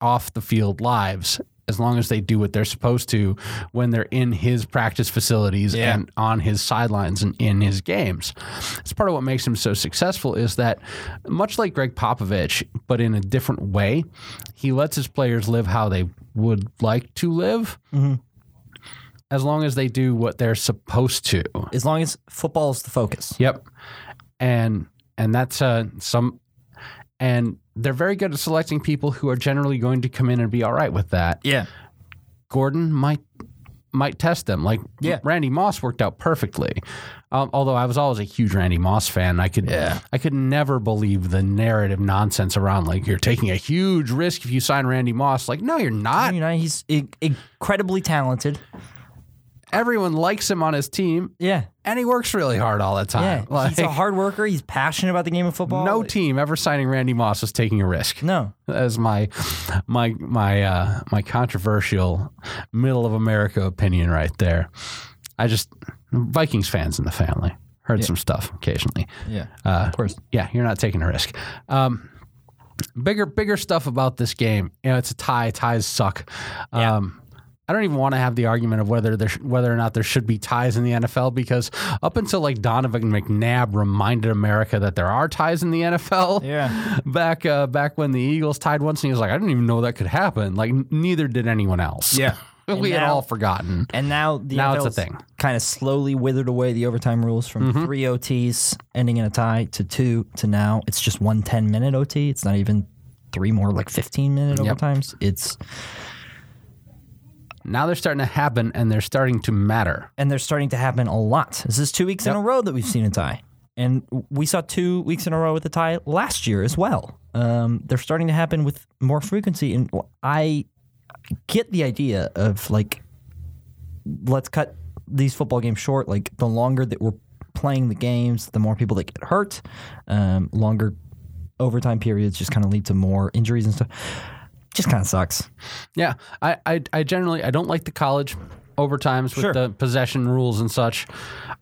Speaker 1: off the field lives as long as they do what they're supposed to when they're in his practice facilities
Speaker 2: Yeah.
Speaker 1: and on his sidelines and in his games. It's part of what makes him so successful is that much like Greg Popovich but in a different way, he lets his players live how they would like to live.
Speaker 2: Mm-hmm.
Speaker 1: As long as they do what they're supposed to.
Speaker 2: As long as football is the focus.
Speaker 1: Yep. And and that's uh, some and they're very good at selecting people who are generally going to come in and be all right with that.
Speaker 2: Yeah.
Speaker 1: Gordon might might test them. Like
Speaker 2: Yeah.
Speaker 1: Randy Moss worked out perfectly. Um, although I was always a huge Randy Moss fan, I could
Speaker 2: Yeah.
Speaker 1: I could never believe the narrative nonsense around like you're taking a huge risk if you sign Randy Moss. Like no, you're not.
Speaker 2: You know, he's in- incredibly talented.
Speaker 1: Everyone likes him on his team,
Speaker 2: Yeah.
Speaker 1: and he works really hard all the
Speaker 2: Yeah.
Speaker 1: time.
Speaker 2: he's a hard worker. He's passionate about the game of football.
Speaker 1: Uh, no team ever signing Randy Moss was taking a risk.
Speaker 2: No.
Speaker 1: as my my my uh, my controversial middle of America opinion right there. I just Vikings fans in the family heard some stuff occasionally.
Speaker 2: Yeah. of course.
Speaker 1: Uh, Yeah, you're not taking a risk. Um, bigger bigger stuff about this game. You know, it's a tie. Ties suck. Um, I don't even want to have the argument of whether there sh- whether or not there should be ties in the NFL because up until like Donovan McNabb reminded America that there are ties in the NFL
Speaker 2: Yeah.
Speaker 1: back uh, back when the Eagles tied once, and he was like, "I didn't even know that could happen." Like, n- neither did anyone else.
Speaker 2: Yeah.
Speaker 1: we
Speaker 2: And
Speaker 1: had
Speaker 2: now-
Speaker 1: all forgotten.
Speaker 2: And now the
Speaker 1: Now it's
Speaker 2: NFL's
Speaker 1: a thing. Mm-hmm.
Speaker 2: Kind of slowly withered away the overtime rules from three OTs ending in a tie to two to now it's just one 10 minute OT. It's not even three more like 15 minute overtimes. It's
Speaker 1: Now they're starting to happen, and they're starting to matter.
Speaker 2: and they're starting to happen a lot. This is two weeks in a row that we've seen a tie, and we saw two weeks in a row with a tie last year as well. Um, they're starting to happen with more frequency, and I get the idea of like, let's cut these football games short. Like the longer that we're playing the games, the more people that get hurt. Um, longer overtime periods just kind of lead to more injuries and stuff. Just kind of sucks.
Speaker 1: Yeah, I, I, I generally I don't like the college overtimes with
Speaker 2: Sure.
Speaker 1: the possession rules and such.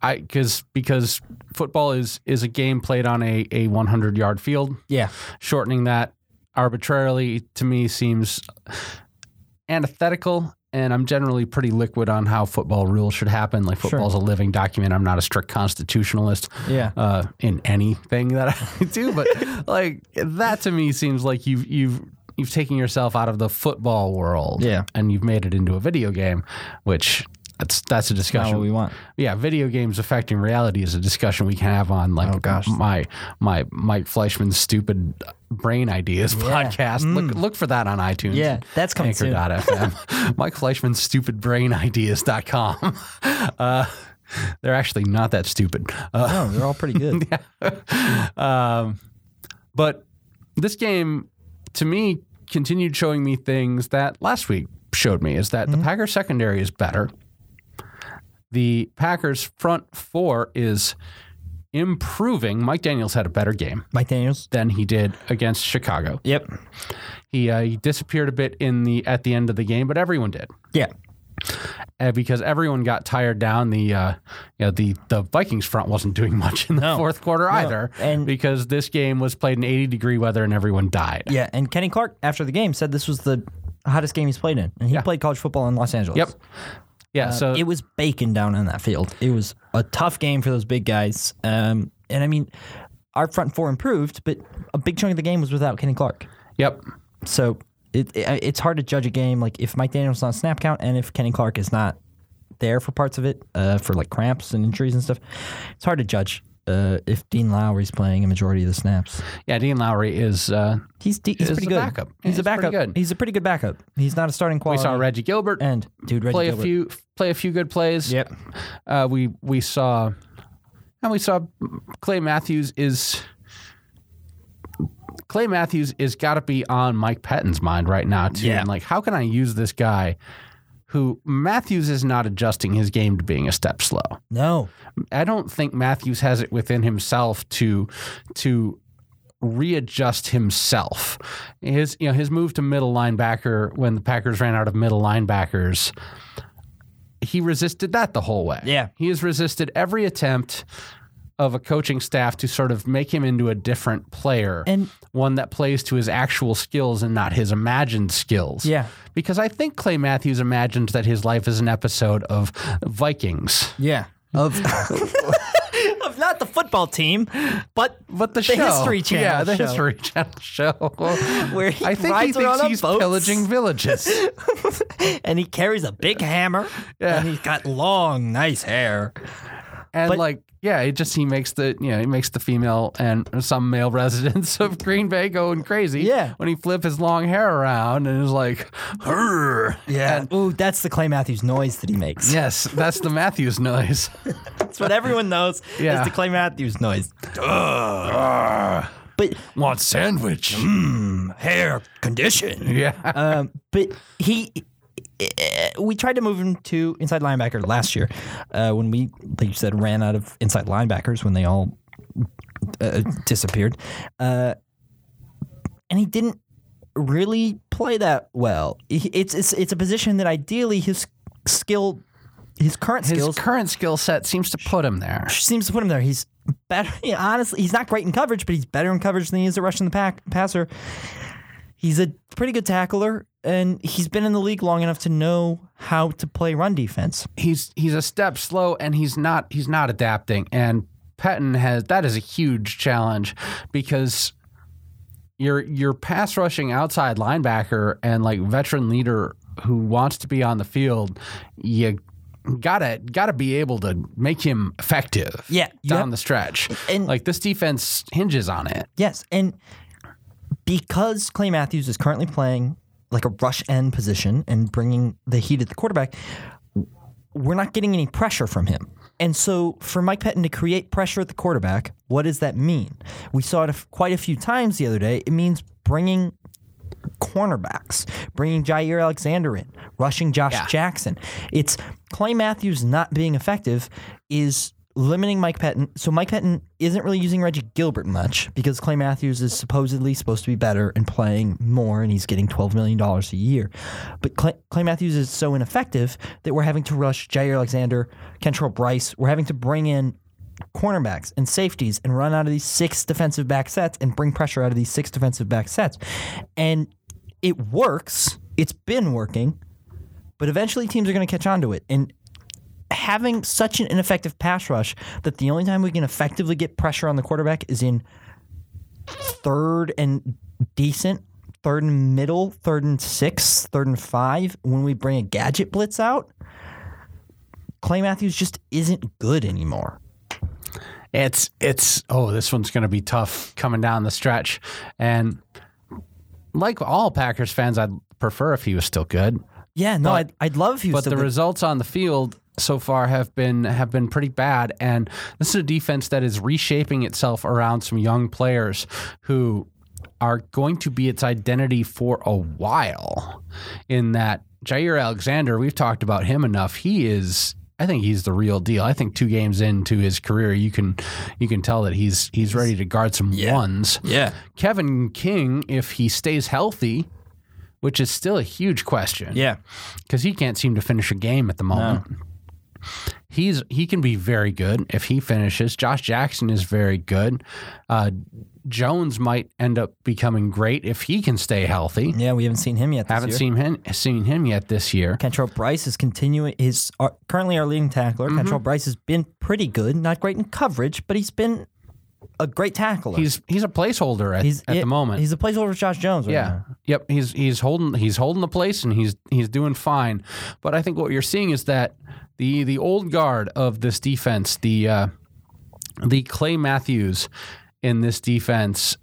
Speaker 1: I because because football is is a game played on a a 100 yard field.
Speaker 2: Yeah,
Speaker 1: Shortening that arbitrarily to me seems antithetical and I'm generally pretty liquid on how football rules should happen. Like football's a living document. I'm not a strict constitutionalist.
Speaker 2: Yeah.
Speaker 1: Uh, in anything that I do, but like that to me seems like you've you've you've taken yourself out of the football world.
Speaker 2: Yeah.
Speaker 1: And you've made it into a video game, which. That's, that's a
Speaker 2: Not
Speaker 1: discussion
Speaker 2: what we want.
Speaker 1: yeah, video games affecting reality is a discussion we can have on
Speaker 2: Oh,
Speaker 1: like my my Mike Fleischman's stupid brain ideas podcast. Look look for that on iTunes.
Speaker 2: Mm. Yeah, that's coming soon.
Speaker 1: Anchor.fm. Mike Fleischman's stupid brain ideas.com. Uh, they're actually not that stupid. Uh,
Speaker 2: No, they're all pretty good.
Speaker 1: but this game to me continued showing me things that last week showed me is that the Packers secondary is better. The Packers front four is improving. Mike Daniels had a better game
Speaker 2: Mike Daniels.
Speaker 1: than he did against Chicago.
Speaker 2: Yep.
Speaker 1: He, uh, he disappeared a bit in the at the end of the game, but everyone did.
Speaker 2: Yeah.
Speaker 1: Uh, because everyone got tired down. The uh, you know, the the Vikings front wasn't doing much in the fourth quarter either,
Speaker 2: and-
Speaker 1: because this game was played in 80 degree weather and everyone died.
Speaker 2: Yeah. And Kenny Clark after the game said this was the hottest game he's played in, and he played college football in Los Angeles. Uh,
Speaker 1: Yep. Yeah. so
Speaker 2: it was baking down on that field. It was a tough game for those big guys. Um, and I mean, our front four improved, but a big chunk of the game was without Kenny Clark.
Speaker 1: yep.
Speaker 2: So it, it it's hard to judge a game like if Mike Daniels is on snap count and if Kenny Clark is not there for parts of it, uh, for like cramps and injuries and stuff. It's hard to judge uh, if Dean Lowry's playing a majority of the snaps.
Speaker 1: Yeah. Dean Lowry is. Uh,
Speaker 2: He's de- he's
Speaker 1: He's
Speaker 2: pretty
Speaker 1: a
Speaker 2: good.
Speaker 1: backup. Yeah,
Speaker 2: He's,
Speaker 1: he's
Speaker 2: a
Speaker 1: pretty
Speaker 2: backup.
Speaker 1: good.
Speaker 2: He's a pretty good backup. He's not a starting
Speaker 1: we
Speaker 2: quality.
Speaker 1: saw Reggie Gilbert
Speaker 2: and dude, Reggie
Speaker 1: play
Speaker 2: Gilbert.
Speaker 1: a few play a few good plays.
Speaker 2: Yep.
Speaker 1: Uh, we we saw and we saw Clay Matthews is. Clay Matthews is got to be on Mike Patton's mind right now too.
Speaker 2: Yeah.
Speaker 1: And like, how can I use this guy? Who Matthews is not adjusting his game to being a step slow.
Speaker 2: No,
Speaker 1: I don't think Matthews has it within himself to to readjust himself. His you know his move to middle linebacker when the Packers ran out of middle linebackers, he resisted that the whole way.
Speaker 2: Yeah.
Speaker 1: he has resisted every attempt of a coaching staff to sort of make him into a different player,
Speaker 2: And-
Speaker 1: one that plays to his actual skills and not his imagined skills.
Speaker 2: Yeah.
Speaker 1: because I think Clay Matthews imagined that his life is an episode of Vikings.
Speaker 2: yeah. Of of not the football team, but
Speaker 1: But the,
Speaker 2: The
Speaker 1: show,
Speaker 2: History Channel
Speaker 1: yeah, the
Speaker 2: show.
Speaker 1: History Channel show,
Speaker 2: Where he
Speaker 1: I think
Speaker 2: rides
Speaker 1: he thinks
Speaker 2: around on
Speaker 1: he's
Speaker 2: boats.
Speaker 1: pillaging villages.
Speaker 2: and he carries a big hammer.
Speaker 1: Yeah.
Speaker 2: and he's got long, nice hair.
Speaker 1: and
Speaker 2: But-
Speaker 1: like yeah it just he makes the you know he makes the female and some male residents of green bay going crazy
Speaker 2: Yeah.
Speaker 1: when he flip his long hair around and is like "Hurr."
Speaker 2: Yeah. Ooh, that's the Clay Matthews noise that he makes.
Speaker 1: yes that's the matthews noise
Speaker 2: That's what everyone knows.
Speaker 1: Yeah.
Speaker 2: Is the Clay Matthews noise. But
Speaker 1: want sandwich
Speaker 2: Mm-hmm. hair condition.
Speaker 1: yeah
Speaker 2: Um, but he, eh, we tried to move him to inside linebacker last year uh, when we, like you said, ran out of inside linebackers when they all uh, disappeared, uh, and he didn't really play that well. He- It's it's it's a position that ideally his skill, his current
Speaker 1: his
Speaker 2: skills
Speaker 1: current skill set seems to put him there
Speaker 2: seems to put him there. He's better. yeah, honestly, he's not great in coverage, but he's better in coverage than he is at rushing the pack passer. He's a pretty good tackler, and he's been in the league long enough to know how to play run defense.
Speaker 1: he's he's a step slow and he's not he's not adapting and Patton has that is a huge challenge because your your pass rushing outside linebacker and like veteran leader who wants to be on the field you gotta gotta be able to make him effective
Speaker 2: Yeah, you
Speaker 1: down
Speaker 2: have-
Speaker 1: the stretch
Speaker 2: and-
Speaker 1: like this defense hinges on it
Speaker 2: Yes, and because Clay Matthews is currently playing like a rush end position and bringing the heat at the quarterback, we're not getting any pressure from him. And so, for Mike Pettin to create pressure at the quarterback, what does that mean? We saw it a f- quite a few times the other day. It means bringing cornerbacks, bringing Jair Alexander in, rushing Josh Jackson. It's Clay Matthews not being effective is limiting Mike Pettin. So Mike Pettin isn't really using Reggie Gilbert much because Clay Matthews is supposedly supposed to be better and playing more, and he's getting $12 million a year. But Clay, Clay Matthews is so ineffective that we're having to rush Jair Alexander, Kentrell Bryce. We're having to bring in cornerbacks and safeties and run out of these six defensive back sets and bring pressure out of these six defensive back sets. And it works. It's been working, But eventually, teams are going to catch on to it. And having such an ineffective pass rush that the only time we can effectively get pressure on the quarterback is in third and decent, third and middle, third and six, third and five when we bring a gadget blitz out. Clay Matthews just isn't good anymore.
Speaker 1: It's it's oh, this one's going to be tough coming down the stretch, and like all Packers fans, I'd prefer if he was still good.
Speaker 2: Yeah, no, I'd, I'd love if he was
Speaker 1: but
Speaker 2: still
Speaker 1: the
Speaker 2: good.
Speaker 1: results on the field so far have been have been pretty bad and this is a defense that is reshaping itself around some young players who are going to be its identity for a while in that Jair Alexander we've talked about him enough he is I think he's the real deal. I think two games into his career, you can you can tell that he's he's ready to guard some ones.
Speaker 2: yeah.
Speaker 1: Kevin King, if he stays healthy, which is still a huge question
Speaker 2: Yeah.
Speaker 1: because he can't seem to finish a game at the moment. He's he can be very good if he finishes. Josh Jackson is very good. Uh, Jones might end up becoming great if he can stay healthy.
Speaker 2: Yeah, we haven't seen him yet. This
Speaker 1: Haven't
Speaker 2: year.
Speaker 1: seen him seen him yet this year.
Speaker 2: Kentrell Bryce is continuing his our, currently our leading tackler.
Speaker 1: Mm-hmm.
Speaker 2: Kentrell Bryce has been pretty good, not great in coverage, but he's been a great tackler.
Speaker 1: He's he's a placeholder at,
Speaker 2: He's-
Speaker 1: at
Speaker 2: yeah,
Speaker 1: the moment.
Speaker 2: He's a placeholder for Josh Jones. Right
Speaker 1: Yeah.
Speaker 2: now.
Speaker 1: Yep. He's he's holding he's holding the place and he's he's doing fine. But I think what you're seeing is that the the old guard of this defense, the uh, the Clay Matthews in this defense,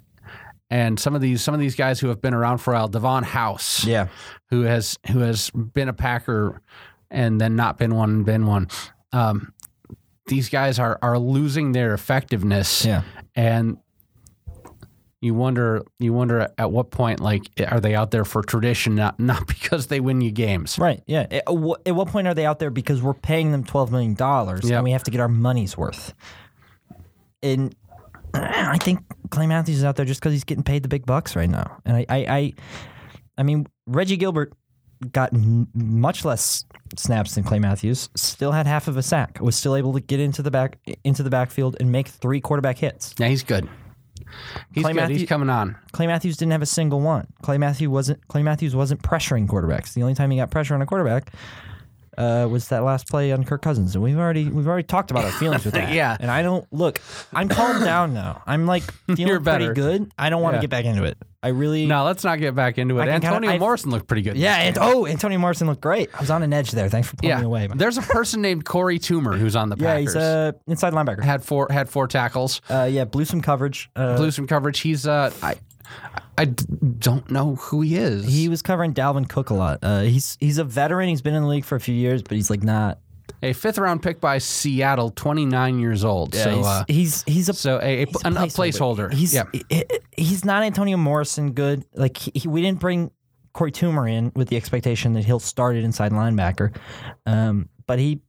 Speaker 1: and some of these some of these guys who have been around for a while, Devon House,
Speaker 2: yeah,
Speaker 1: who has who has been a Packer and then not been one and been one. Um, these guys are are losing their effectiveness
Speaker 2: yeah.
Speaker 1: and you wonder you wonder at what point like are they out there for tradition not not because they win you games
Speaker 2: Right. Yeah. At, wh- at what point are they out there because we're paying them twelve million dollars
Speaker 1: Yeah.
Speaker 2: and we have to get our money's worth? And I think Clay Matthews is out there just because he's getting paid the big bucks right now. And I, I, I, I mean Reggie Gilbert got m- much less snaps than Clay Matthews. Still had half of a sack. Was still able to get into the back into the backfield and make three quarterback hits.
Speaker 1: yeah he's good he's
Speaker 2: Clay
Speaker 1: good
Speaker 2: Matthew-
Speaker 1: he's coming on
Speaker 2: Clay Matthews didn't have a single one. Clay Matthews wasn't Clay Matthews wasn't pressuring quarterbacks. The only time he got pressure on a quarterback uh, was that last play on Kirk Cousins, and we've already we've already talked about our feelings with that.
Speaker 1: Yeah.
Speaker 2: and I don't look. I'm calmed down now. I'm like feeling
Speaker 1: You're better.
Speaker 2: pretty good. I don't want to
Speaker 1: Yeah.
Speaker 2: get back into it. I really
Speaker 1: no let's not get back into it
Speaker 2: I can kinda-
Speaker 1: antonio
Speaker 2: I've-
Speaker 1: morrison looked pretty good
Speaker 2: Yeah, and oh, Antonio Morrison looked great. I was on an edge there. Thanks for pulling
Speaker 1: yeah
Speaker 2: me away.
Speaker 1: there's a person named corey toomer who's on the
Speaker 2: Yeah,
Speaker 1: packers
Speaker 2: he's uh, a inside linebacker.
Speaker 1: had four had four tackles
Speaker 2: Uh, yeah, blew some coverage. Uh,
Speaker 1: blew some coverage he's uh i i d- don't know who he is
Speaker 2: he was covering Dalvin Cook a lot. Uh, he's he's a veteran. He's been in the league for a few years, but he's like not.
Speaker 1: a fifth round pick by seattle 29 years old so
Speaker 2: he's,
Speaker 1: uh
Speaker 2: he's he's a
Speaker 1: so a, a, an- a placeholder.
Speaker 2: He's
Speaker 1: yeah.
Speaker 2: he- he's not Antonio Morrison good. Like he, he- we didn't bring Corey Toomer in with the expectation that he'll start at inside linebacker, um, but he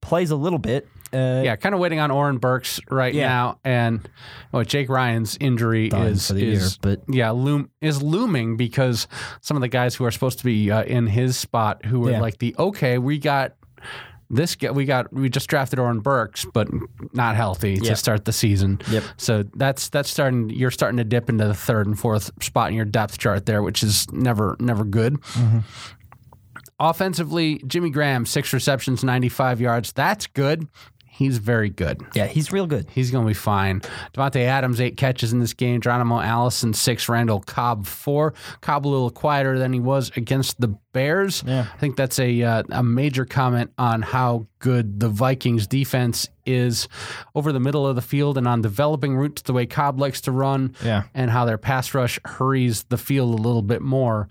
Speaker 2: plays a little bit. Uh,
Speaker 1: yeah, kind of waiting on Oren Burks right
Speaker 2: Yeah.
Speaker 1: now, and well, Jake Ryan's injury is
Speaker 2: for the
Speaker 1: is
Speaker 2: year, but-
Speaker 1: yeah loom is looming because some of the guys who are supposed to be uh, in his spot who are
Speaker 2: Yeah.
Speaker 1: like the okay, we got this guy, we got we just drafted Oren Burks, but not healthy to start the season.
Speaker 2: Yep.
Speaker 1: So that's that's starting. You're starting to dip into the third and fourth spot in your depth chart there, which is never never good.
Speaker 2: Mm-hmm.
Speaker 1: Offensively, Jimmy Graham, six receptions, 95 yards. That's good. He's very good.
Speaker 2: yeah, he's real good.
Speaker 1: He's going to be fine. Devontae Adams, eight catches in this game. Geronimo Allison, six. Randall Cobb, four. Cobb a little quieter than he was against the Bears.
Speaker 2: Yeah.
Speaker 1: I think that's a, uh, a major comment on how good the Vikings defense is over the middle of the field and on developing routes the way Cobb likes to run
Speaker 2: Yeah.
Speaker 1: and how their pass rush hurries the field a little bit more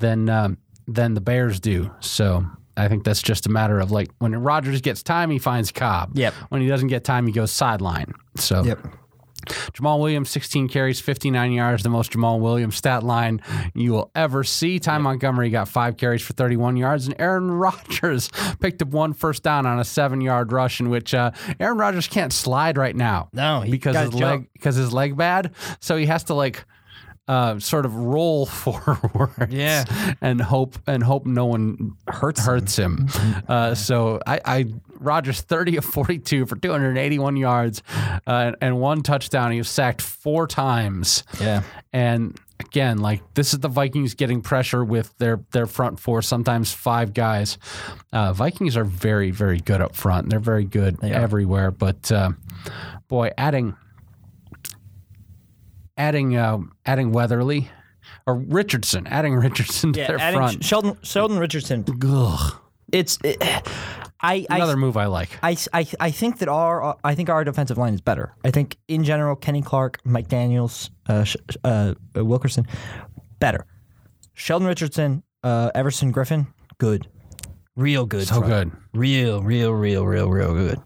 Speaker 1: than um, than the Bears do. So I think that's just a matter of like when Rodgers gets time, he finds Cobb.
Speaker 2: Yep.
Speaker 1: When he doesn't get time, he goes sideline. So
Speaker 2: Yep.
Speaker 1: Jamal Williams, 16 carries, 59 yards, the most Jamal Williams stat line you will ever see. Ty Montgomery got five carries for 31 yards, and Aaron Rodgers picked up one first down on a seven yard rush, in which uh, Aaron Rodgers can't slide right now
Speaker 2: No, he
Speaker 1: because
Speaker 2: gotta
Speaker 1: his
Speaker 2: jump.
Speaker 1: leg because his leg bad, so he has to like uh, sort of roll forward,
Speaker 2: Yeah.
Speaker 1: and hope and hope no one hurts hurts him. Uh, so I, I Rogers thirty of forty two for two hundred and eighty one yards uh, and one touchdown. He was sacked four times,
Speaker 2: Yeah.
Speaker 1: and again, like this is the Vikings getting pressure with their their front four, sometimes five guys. Uh, Vikings are very very good up front. They're very good everywhere, but uh, boy, adding adding um, adding Weatherly or Richardson, adding Richardson to their
Speaker 2: adding
Speaker 1: front.
Speaker 2: Sheldon, Sheldon Richardson.
Speaker 1: Ugh.
Speaker 2: It's it, I, I
Speaker 1: Another move I like.
Speaker 2: I, I, I think that our uh, I think our defensive line is better. I think in general, Kenny Clark, Mike Daniels, uh, Sh- uh, Wilkerson, better. Sheldon Richardson, uh, Everson Griffin, good, real good,
Speaker 1: So good.
Speaker 2: real, real, real, real, real good.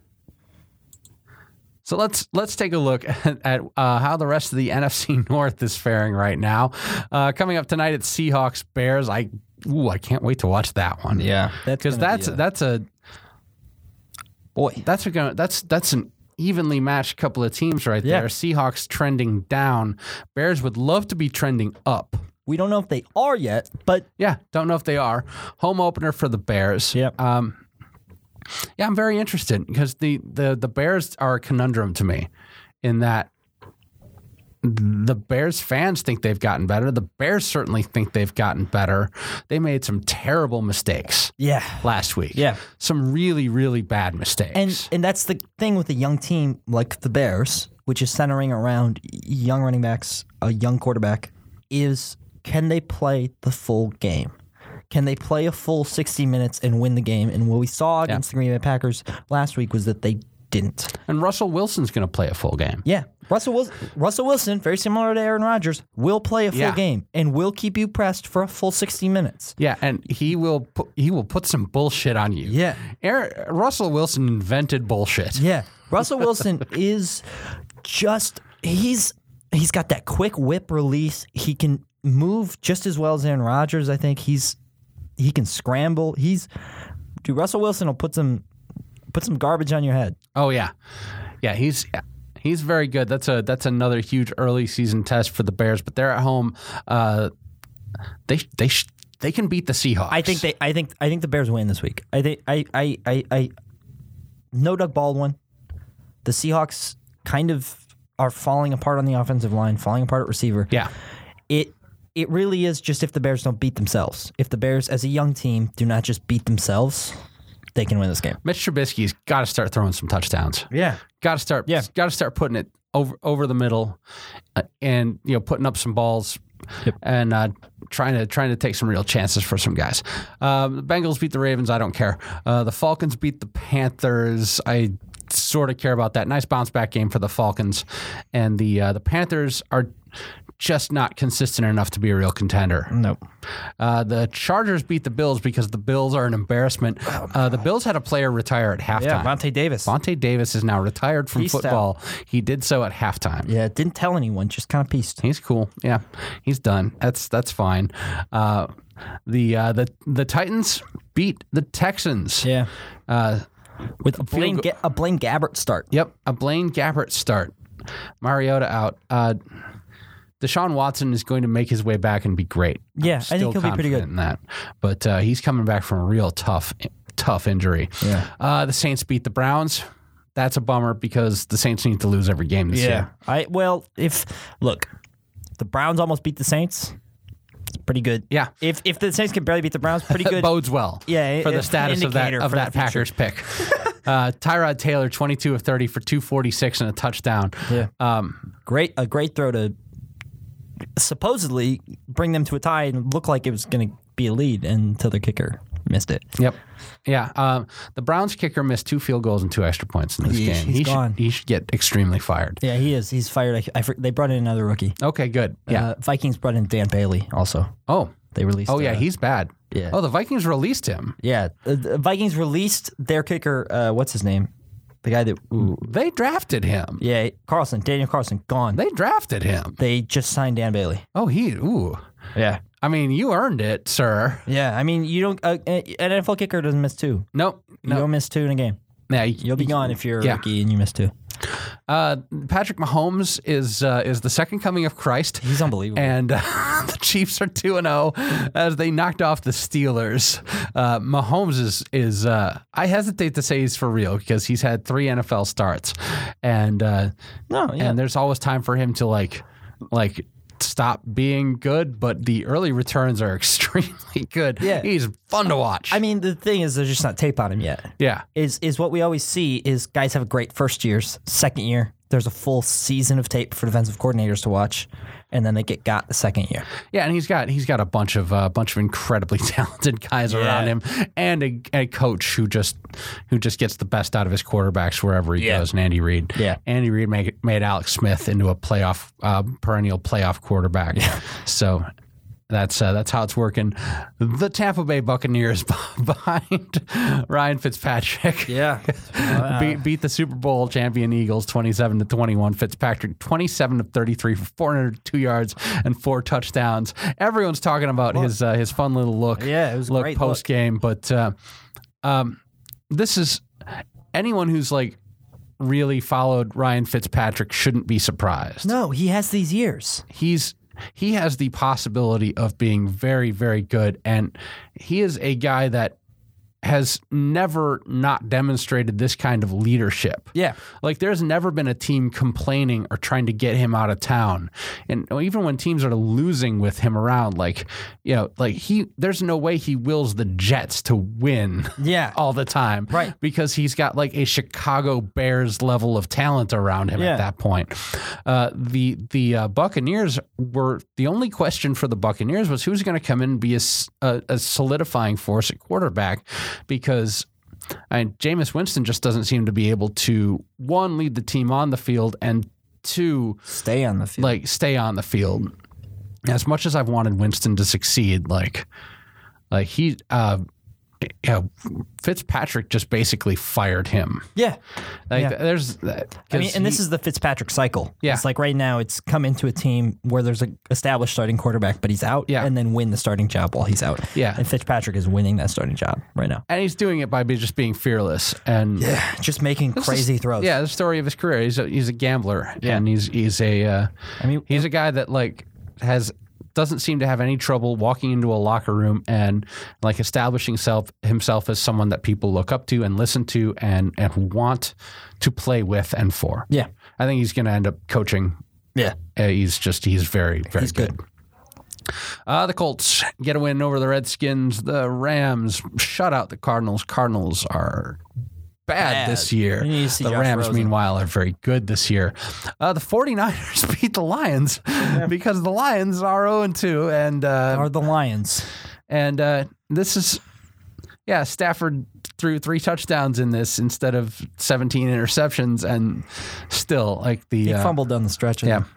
Speaker 1: So let's let's take a look at, at uh, how the rest of the NFC North is faring right now. Uh, coming up tonight, it's Seahawks Bears. I ooh, I can't wait to watch that one.
Speaker 2: Yeah, that's
Speaker 1: because
Speaker 2: gonna be
Speaker 1: that's
Speaker 2: a-
Speaker 1: that's a
Speaker 2: boy.
Speaker 1: that's a gonna, that's that's an evenly matched couple of teams right
Speaker 2: Yeah.
Speaker 1: there. Seahawks trending down. Bears would love to be trending up.
Speaker 2: We don't know if they are yet, but
Speaker 1: Yeah, don't know if they are. Home opener for the Bears.
Speaker 2: Yep.
Speaker 1: Um, yeah, I'm very interested because the, the the Bears are a conundrum to me in that the Bears fans think they've gotten better. The Bears certainly think they've gotten better. They made some terrible mistakes
Speaker 2: yeah,
Speaker 1: last week.
Speaker 2: Yeah.
Speaker 1: Some really, really bad mistakes.
Speaker 2: and and that's the thing with a young team like the Bears, which is centering around young running backs, a young quarterback, is can they play the full game? Can they play a full 60 minutes and win the game? And what we saw against the Green Bay Packers last week was that they didn't.
Speaker 1: And Russell Wilson's going to play a full game.
Speaker 2: Yeah. Russell Wilson, Russell Wilson, very similar to Aaron Rodgers, will play a full
Speaker 1: Yeah.
Speaker 2: game and will keep you pressed for a full 60 minutes.
Speaker 1: Yeah, and he will pu- he will put some bullshit on you.
Speaker 2: Yeah.
Speaker 1: Aaron, Russell Wilson invented bullshit.
Speaker 2: Yeah. Russell Wilson is just he's he's got that quick whip release. He can move just as well as Aaron Rodgers, I think. He's he can scramble. He's dude, Russell Wilson will put some put some garbage on your head.
Speaker 1: Oh yeah, yeah. He's he's very good. That's a that's another huge early season test for the Bears. But they're at home. Uh, they they sh- they can beat the Seahawks.
Speaker 2: I think they I think I think the Bears win this week. I think I I I, I no Doug Baldwin. The Seahawks kind of are falling apart on the offensive line, falling apart at receiver.
Speaker 1: yeah.
Speaker 2: it it really is just if the Bears don't beat themselves. If the Bears, as a young team, do not just beat themselves, they can win this game.
Speaker 1: Mitch Trubisky's got to start throwing some touchdowns.
Speaker 2: Yeah,
Speaker 1: Got to start.
Speaker 2: Yeah.
Speaker 1: Got to start putting it over over the middle, uh, and you know putting up some balls. And uh, trying to trying to take some real chances for some guys. Um, the Bengals beat the Ravens. I don't care. Uh, the Falcons beat the Panthers. I sort of care about that. Nice bounce back game for the Falcons, and the uh, the Panthers are just not consistent enough to be a real contender.
Speaker 2: no,
Speaker 1: Uh, the Chargers beat the Bills because the Bills are an embarrassment. Uh, the Bills had a player retire at halftime.
Speaker 2: Vontae Davis.
Speaker 1: Monte Davis is now retired from
Speaker 2: Peace out.
Speaker 1: football. He did so at halftime.
Speaker 2: yeah, didn't tell anyone, just kind of pieced.
Speaker 1: He's cool. Yeah, he's done. That's that's fine. Uh, the uh, the the Titans beat the Texans.
Speaker 2: Yeah,
Speaker 1: Uh,
Speaker 2: with a Blaine
Speaker 1: goal.
Speaker 2: Ga- a Blaine Gabbert start.
Speaker 1: yep. A Blaine Gabbert start. Mariota out. Uh, Deshaun Watson is going to make his way back and be great. I'm
Speaker 2: Yeah, I think
Speaker 1: still
Speaker 2: he'll be pretty
Speaker 1: confident
Speaker 2: good.
Speaker 1: in that. But uh, he's coming back from a real tough tough injury.
Speaker 2: Yeah.
Speaker 1: Uh, the Saints beat the Browns. That's a bummer because the Saints need to lose every game this year.
Speaker 2: I well, if look, the Browns almost beat the Saints. It's pretty good.
Speaker 1: Yeah.
Speaker 2: if if the Saints can barely beat the Browns, pretty
Speaker 1: It
Speaker 2: good.
Speaker 1: bodes well.
Speaker 2: Yeah,
Speaker 1: for the
Speaker 2: it's an
Speaker 1: status of that
Speaker 2: indicator
Speaker 1: of
Speaker 2: for
Speaker 1: that
Speaker 2: the future.
Speaker 1: Packers pick. uh, Tyrod Taylor, twenty-two of thirty for two forty-six and a touchdown.
Speaker 2: Yeah.
Speaker 1: Um,
Speaker 2: great a great throw to supposedly bring them to a tie and look like it was going to be a lead until their kicker missed it.
Speaker 1: yep. Yeah. Um, the Browns kicker missed two field goals and two extra points in this
Speaker 2: Yeah,
Speaker 1: game.
Speaker 2: he's
Speaker 1: he
Speaker 2: gone.
Speaker 1: should he should get extremely fired.
Speaker 2: Yeah, he is. He's fired. I, I, for- they brought in another rookie.
Speaker 1: Okay. Good. Yeah.
Speaker 2: Uh, Vikings brought in Dan Bailey also.
Speaker 1: oh.
Speaker 2: They released.
Speaker 1: Oh yeah.
Speaker 2: uh,
Speaker 1: He's bad.
Speaker 2: yeah.
Speaker 1: Oh, the Vikings released him.
Speaker 2: yeah. Uh, the Vikings released their kicker. Uh, what's his name? The guy that. Ooh,
Speaker 1: They drafted him.
Speaker 2: yeah, Carlson. Daniel Carlson gone. They,
Speaker 1: They drafted him.
Speaker 2: just signed Dan Bailey.
Speaker 1: Oh, he. Ooh.
Speaker 2: Yeah.
Speaker 1: I mean, you earned it, sir.
Speaker 2: Yeah. I mean, you don't. Uh, an NFL kicker doesn't miss two.
Speaker 1: Nope.
Speaker 2: You
Speaker 1: No.
Speaker 2: don't miss two in a game.
Speaker 1: Yeah,
Speaker 2: You'll be gone if you're a
Speaker 1: Yeah.
Speaker 2: rookie and you miss two.
Speaker 1: Uh, Patrick Mahomes is uh, is the second coming of Christ.
Speaker 2: He's unbelievable.
Speaker 1: And uh, the Chiefs are 2 and 0 as they knocked off the Steelers. Uh, Mahomes is, is uh, I hesitate to say he's for real because he's had three NFL starts. And uh,
Speaker 2: no. Yeah.
Speaker 1: and there's always time for him to like like stop being good, but the early returns are extremely good.
Speaker 2: Yeah.
Speaker 1: He's fun to watch.
Speaker 2: I mean, the thing is, there's just not tape on him yet.
Speaker 1: yeah.
Speaker 2: Is is what we always see is guys have great first years, second year. There's a full season of tape for defensive coordinators to watch, and then they get got the second year.
Speaker 1: Yeah, and he's got he's got a bunch of a bunch of incredibly talented guys around him, and a, a coach who just who just gets the best out of his quarterbacks wherever he goes. And Andy Reid,
Speaker 2: Yeah.
Speaker 1: Andy Reid made, made Alex Smith into a playoff uh, perennial playoff quarterback. So that's uh, that's how it's working. The Tampa Bay Buccaneers behind Ryan Fitzpatrick.
Speaker 2: Yeah, Uh,
Speaker 1: Beat, beat the Super Bowl champion Eagles 27 to 21. Fitzpatrick 27 to 33 for 402 yards and four touchdowns. Everyone's talking about his uh, his fun little look.
Speaker 2: Yeah, it was a
Speaker 1: look
Speaker 2: great look.
Speaker 1: post game, but uh, um, this is anyone who's like really followed Ryan Fitzpatrick shouldn't be surprised.
Speaker 2: no, he has these years.
Speaker 1: He's he has the possibility of being very very good and he is a guy that has never not demonstrated this kind of leadership.
Speaker 2: Yeah,
Speaker 1: Like there's never been a team complaining or trying to get him out of town. And even when teams are losing with him around, like, you know, like he there's no way he wills the Jets to win
Speaker 2: yeah,
Speaker 1: all the time.
Speaker 2: Right.
Speaker 1: Because he's got like a Chicago Bears level of talent around him
Speaker 2: Yeah.
Speaker 1: at that point. Uh, the the uh, Buccaneers were the only question for the Buccaneers was who's going to come in and be a, s- a- a solidifying force at quarterback because. I mean, Jameis Winston just doesn't seem to be able to one lead the team on the field and two
Speaker 2: Stay on the field.
Speaker 1: like stay on the field. As much as I've wanted Winston to succeed, like like he uh yeah, Fitzpatrick just basically fired him.
Speaker 2: yeah,
Speaker 1: Like
Speaker 2: Yeah.
Speaker 1: there's that.
Speaker 2: I mean, and this is the Fitzpatrick cycle.
Speaker 1: Yeah.
Speaker 2: It's like right now, it's come into a team where there's an established starting quarterback, but he's out,
Speaker 1: Yeah.
Speaker 2: and then win the starting job while he's out.
Speaker 1: Yeah.
Speaker 2: And Fitzpatrick is winning that starting job right now.
Speaker 1: and he's doing it by be- just being fearless and
Speaker 2: Just making crazy throws.
Speaker 1: yeah, the story of his career. He's a, he's a gambler and he's he's a uh,
Speaker 2: I mean,
Speaker 1: he's a guy that like has doesn't seem to have any trouble walking into a locker room and like establishing self himself as someone that people look up to and listen to and and want to play with and for.
Speaker 2: yeah.
Speaker 1: I think he's going to end up coaching.
Speaker 2: Yeah.
Speaker 1: Uh, he's just he's very very
Speaker 2: He's good.
Speaker 1: Uh, the Colts get a win over the Redskins. The Rams shut out the Cardinals. Cardinals are bad,
Speaker 2: Bad.
Speaker 1: this year.
Speaker 2: You need to see
Speaker 1: the
Speaker 2: Josh
Speaker 1: Rams,
Speaker 2: Rosen.
Speaker 1: meanwhile, are very good this year. Uh, the 49ers beat the Lions because the Lions are 0 2. And uh,
Speaker 2: Are the Lions.
Speaker 1: and uh, this is, yeah, Stafford threw three touchdowns in this instead of 17 interceptions. And still, like the
Speaker 2: He
Speaker 1: uh,
Speaker 2: fumbled down the stretch. I
Speaker 1: Yeah.
Speaker 2: think.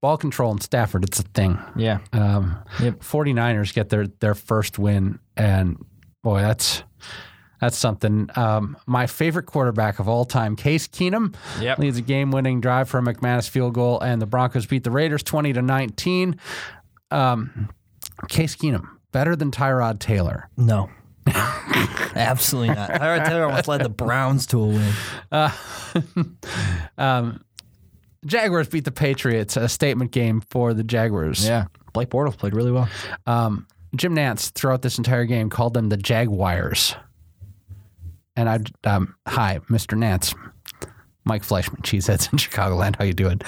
Speaker 1: ball control in Stafford, it's a thing.
Speaker 2: Yeah.
Speaker 1: Um,
Speaker 2: Yep.
Speaker 1: 49ers get their their first win and boy that's that's something. Um, my favorite quarterback of all time, Case Keenum,
Speaker 2: Yep.
Speaker 1: leads a game-winning drive for a McManus field goal, and the Broncos beat the Raiders twenty to nineteen. Um, Case Keenum better than Tyrod Taylor.
Speaker 2: No. Absolutely not. Tyrod Taylor almost led the Browns to a win.
Speaker 1: Jaguars beat the Patriots, a statement game for the Jaguars.
Speaker 2: Blake Bortles played really well.
Speaker 1: Um, Jim Nance throughout this entire game called them the Jaguars. And I, um, hi, Mr. Nance, Mike Fleischman, cheeseheads in Chicagoland. How you doing?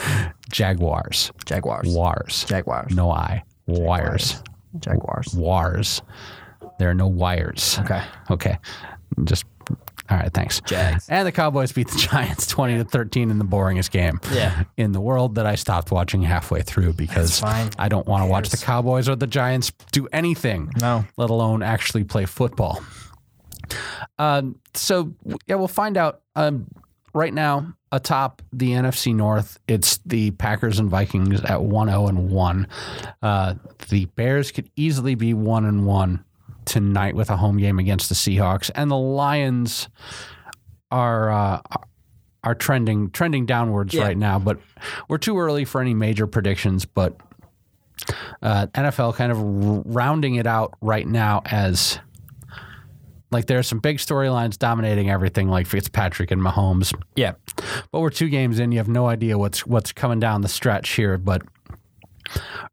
Speaker 1: Jaguars,
Speaker 2: Jaguars.
Speaker 1: wars,
Speaker 2: Jaguars.
Speaker 1: no I, wires,
Speaker 2: Jaguars.
Speaker 1: wars. There are no wires.
Speaker 2: Okay.
Speaker 1: Okay. Just all right. Thanks.
Speaker 2: Jags.
Speaker 1: And the Cowboys beat the Giants twenty to thirteen in the boringest game
Speaker 2: Yeah.
Speaker 1: in the world that I stopped watching halfway through because
Speaker 2: fine.
Speaker 1: I don't want to watch the Cowboys or the Giants do anything.
Speaker 2: No.
Speaker 1: Let alone actually play football. Um, so yeah, we'll find out. Um, right now, atop the NFC North, it's the Packers and Vikings at one zero and one. Uh, The Bears could easily be one and one tonight with a home game against the Seahawks, and the Lions are. Uh, are trending trending downwards
Speaker 2: Yeah.
Speaker 1: right now, but we're too early for any major predictions. But uh, NFL kind of r- rounding it out right now as like there are some big storylines dominating everything, like Fitzpatrick and Mahomes.
Speaker 2: Yeah.
Speaker 1: But we're two games in; you have no idea what's what's coming down the stretch here. But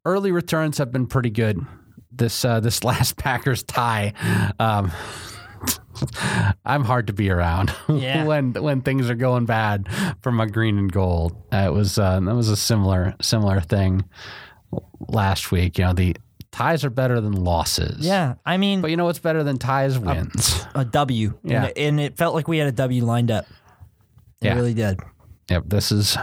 Speaker 1: early returns have been pretty good. This uh, this last Packers tie um, I'm hard to be around
Speaker 2: Yeah.
Speaker 1: when when things are going bad for my green and gold. Uh, it was uh, that was a similar similar thing last week. You know, the ties are better than losses.
Speaker 2: Yeah, Um, I mean
Speaker 1: but you know what's better than ties? Wins.
Speaker 2: a W.
Speaker 1: Yeah.
Speaker 2: and, and it felt like we had a W lined up. It
Speaker 1: Yeah.
Speaker 2: really did.
Speaker 1: Yep. This is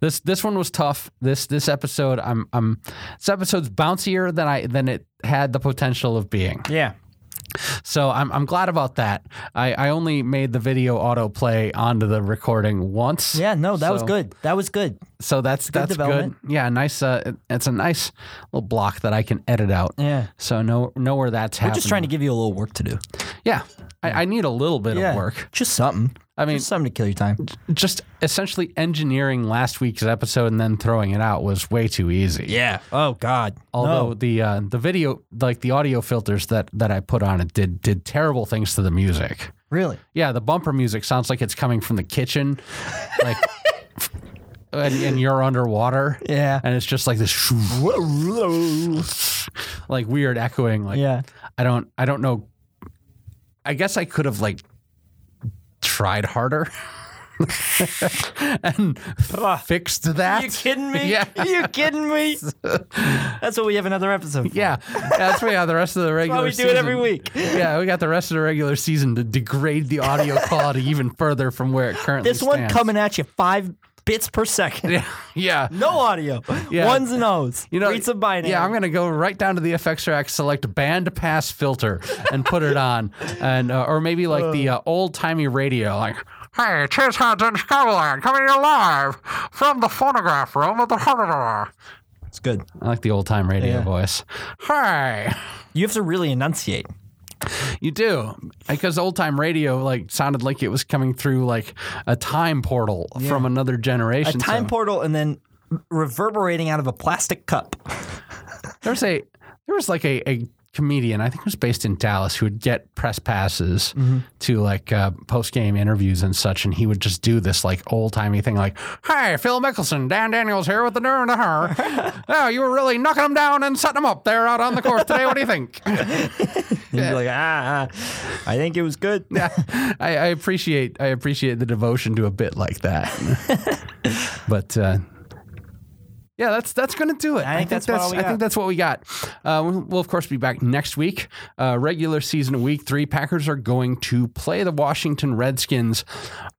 Speaker 1: this this one was tough. This this episode, I'm I'm this episode's bouncier than I than it had the potential of being.
Speaker 2: Yeah,
Speaker 1: So I'm I'm glad about that. I I only made the video autoplay onto the recording once.
Speaker 2: yeah. No, that was
Speaker 1: So-
Speaker 2: good. That was good.
Speaker 1: So that's that's good.
Speaker 2: development.
Speaker 1: Yeah, nice. Uh, it- it's a nice little block that I can edit out.
Speaker 2: Yeah.
Speaker 1: So know know where that's
Speaker 2: We're
Speaker 1: happening.
Speaker 2: just trying to give you a little work to do.
Speaker 1: Yeah, I, I need a little bit of work.
Speaker 2: Just something.
Speaker 1: I mean,
Speaker 2: Just something to kill your time.
Speaker 1: just essentially engineering last week's episode and then throwing it out was way too easy.
Speaker 2: Yeah. Oh God.
Speaker 1: Although
Speaker 2: No.
Speaker 1: the uh, the video, like the audio filters that that I put on it, did did terrible things to the music.
Speaker 2: really.
Speaker 1: Yeah, the bumper music sounds like it's coming from the kitchen, like, and, and you're underwater.
Speaker 2: Yeah.
Speaker 1: and it's just like this, like weird echoing. Like,
Speaker 2: Yeah.
Speaker 1: I don't, I don't know. I guess I could have like tried harder and fixed that.
Speaker 2: You kidding me?
Speaker 1: Yeah.
Speaker 2: You kidding me? That's what we have another episode. For.
Speaker 1: Yeah, that's why the rest of the regular
Speaker 2: why we do it every
Speaker 1: season-
Speaker 2: week.
Speaker 1: Yeah, we got the rest of the regular season to degrade the audio quality even further from where it currently
Speaker 2: This one
Speaker 1: stands.
Speaker 2: coming at you five bits per second.
Speaker 1: Yeah, yeah.
Speaker 2: No audio.
Speaker 1: Yeah.
Speaker 2: Ones and O's.
Speaker 1: You know,
Speaker 2: Read some binary.
Speaker 1: Yeah, I'm gonna go right down to the effects rack, select band pass filter, and put it on, and uh, or maybe like the uh, old timey radio, like. Hey, Cheers Hunter Chicagoland coming to you live from the phonograph room of the Hunter.
Speaker 2: It's good.
Speaker 1: I like the old time radio
Speaker 2: Yeah.
Speaker 1: voice. Hey,
Speaker 2: You have to really enunciate.
Speaker 1: you do because old time radio like sounded like it was coming through like a time portal from another
Speaker 2: A
Speaker 1: generation.
Speaker 2: time
Speaker 1: so-
Speaker 2: portal and then reverberating out of a plastic cup.
Speaker 1: There was a there was like a, a comedian I think it was based in Dallas who would get press passes
Speaker 2: Mm-hmm.
Speaker 1: to like uh, post game interviews and such, and he would just do this like old timey thing like, "Hi, Phil Mickelson, Dan Daniels here with the nerve to her. oh, you were really knocking them down and setting them up there out on the course today. What do you think?"
Speaker 2: And you'd be like, ah, ah, I think it was good.
Speaker 1: Yeah, I, I appreciate I appreciate the devotion to a bit like that, but. Uh, yeah, that's that's gonna do it.
Speaker 2: I think that's what all we
Speaker 1: I
Speaker 2: got.
Speaker 1: think that's what we got. Uh, we'll, we'll of course be back next week, uh, regular season week three. Packers are going to play the Washington Redskins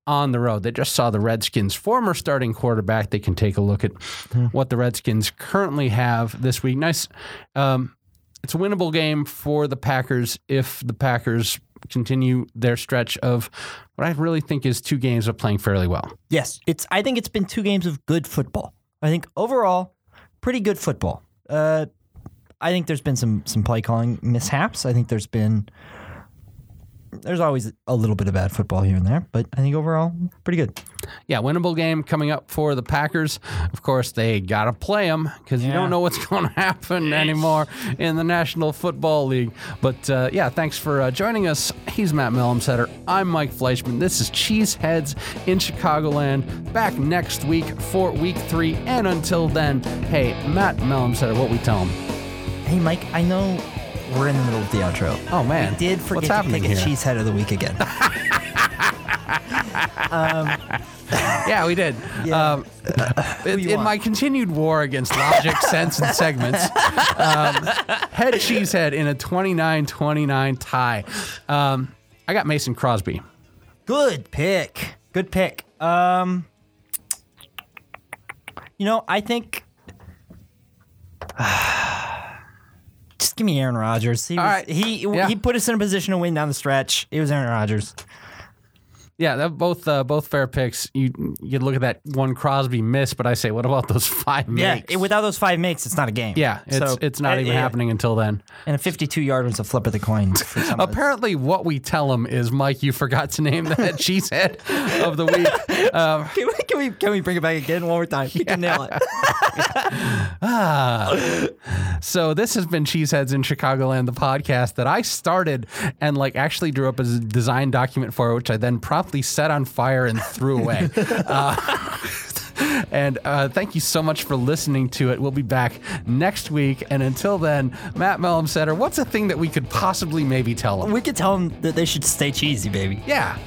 Speaker 1: on the road. They just saw the Redskins' former starting quarterback. They can take a look at
Speaker 2: Hmm.
Speaker 1: what the Redskins currently have this week. Nice. Um, it's a winnable game for the Packers if the Packers continue their stretch of what I really think is two games of playing fairly well.
Speaker 2: Yes, it's. I think it's been two games of good football. I think overall, pretty good football. Uh, I think there's been some some play calling mishaps. I think there's been there's always a little bit of bad football here and there, but I think overall pretty good.
Speaker 1: yeah, winnable game coming up for the Packers. Of course, they got to play them because you don't know what's going to happen anymore in the National Football League. But uh, yeah, thanks for uh, joining us. He's Matt Melumsetter. I'm Mike Fleischman. This is Cheeseheads in Chicagoland. Back next week for week three. And until then, hey, Matt Melumsetter, what we tell him?
Speaker 2: Hey, Mike, I know we're in the middle of the outro.
Speaker 1: Oh, man.
Speaker 2: I did
Speaker 1: What's
Speaker 2: forget to
Speaker 1: happening
Speaker 2: pick a
Speaker 1: here?
Speaker 2: cheese head of the week again.
Speaker 1: Yeah, we did.
Speaker 2: Yeah.
Speaker 1: Um, in
Speaker 2: you
Speaker 1: in
Speaker 2: want?
Speaker 1: my continued war against logic, sense, and segments, um, head cheesehead in a 29-29 tie. Um, I got Mason Crosby.
Speaker 2: Good pick. Good pick. Um, you know, I think. Just give me Aaron Rodgers. He was,
Speaker 1: right.
Speaker 2: he
Speaker 1: Yeah.
Speaker 2: he put us in a position to win down the stretch. It was Aaron Rodgers.
Speaker 1: Yeah, that, both uh, both fair picks. You you look at that one Crosby miss, but I say, what about those five makes?
Speaker 2: Yeah, it- without those five makes, it's not a game.
Speaker 1: yeah, it's
Speaker 2: So-
Speaker 1: it's not
Speaker 2: uh,
Speaker 1: even
Speaker 2: yeah.
Speaker 1: happening until then.
Speaker 2: And a 52 yard was a flip of the coin. For some of us.
Speaker 1: Apparently, what we tell him is, Mike, you forgot to name the head cheesehead of the week.
Speaker 2: Can we, can we can we bring it back again one more time? We can nail it.
Speaker 1: So this has been Cheeseheads in Chicagoland, the podcast that I started and like actually drew up a z- design document for, which I then promptly set on fire and threw away. Uh, And uh, thank you so much for listening to it. We'll be back next week. And until then, Matt Mellum Setter, what's a thing that we could possibly maybe tell them?
Speaker 2: We could tell them that they should stay cheesy, baby.
Speaker 1: Yeah.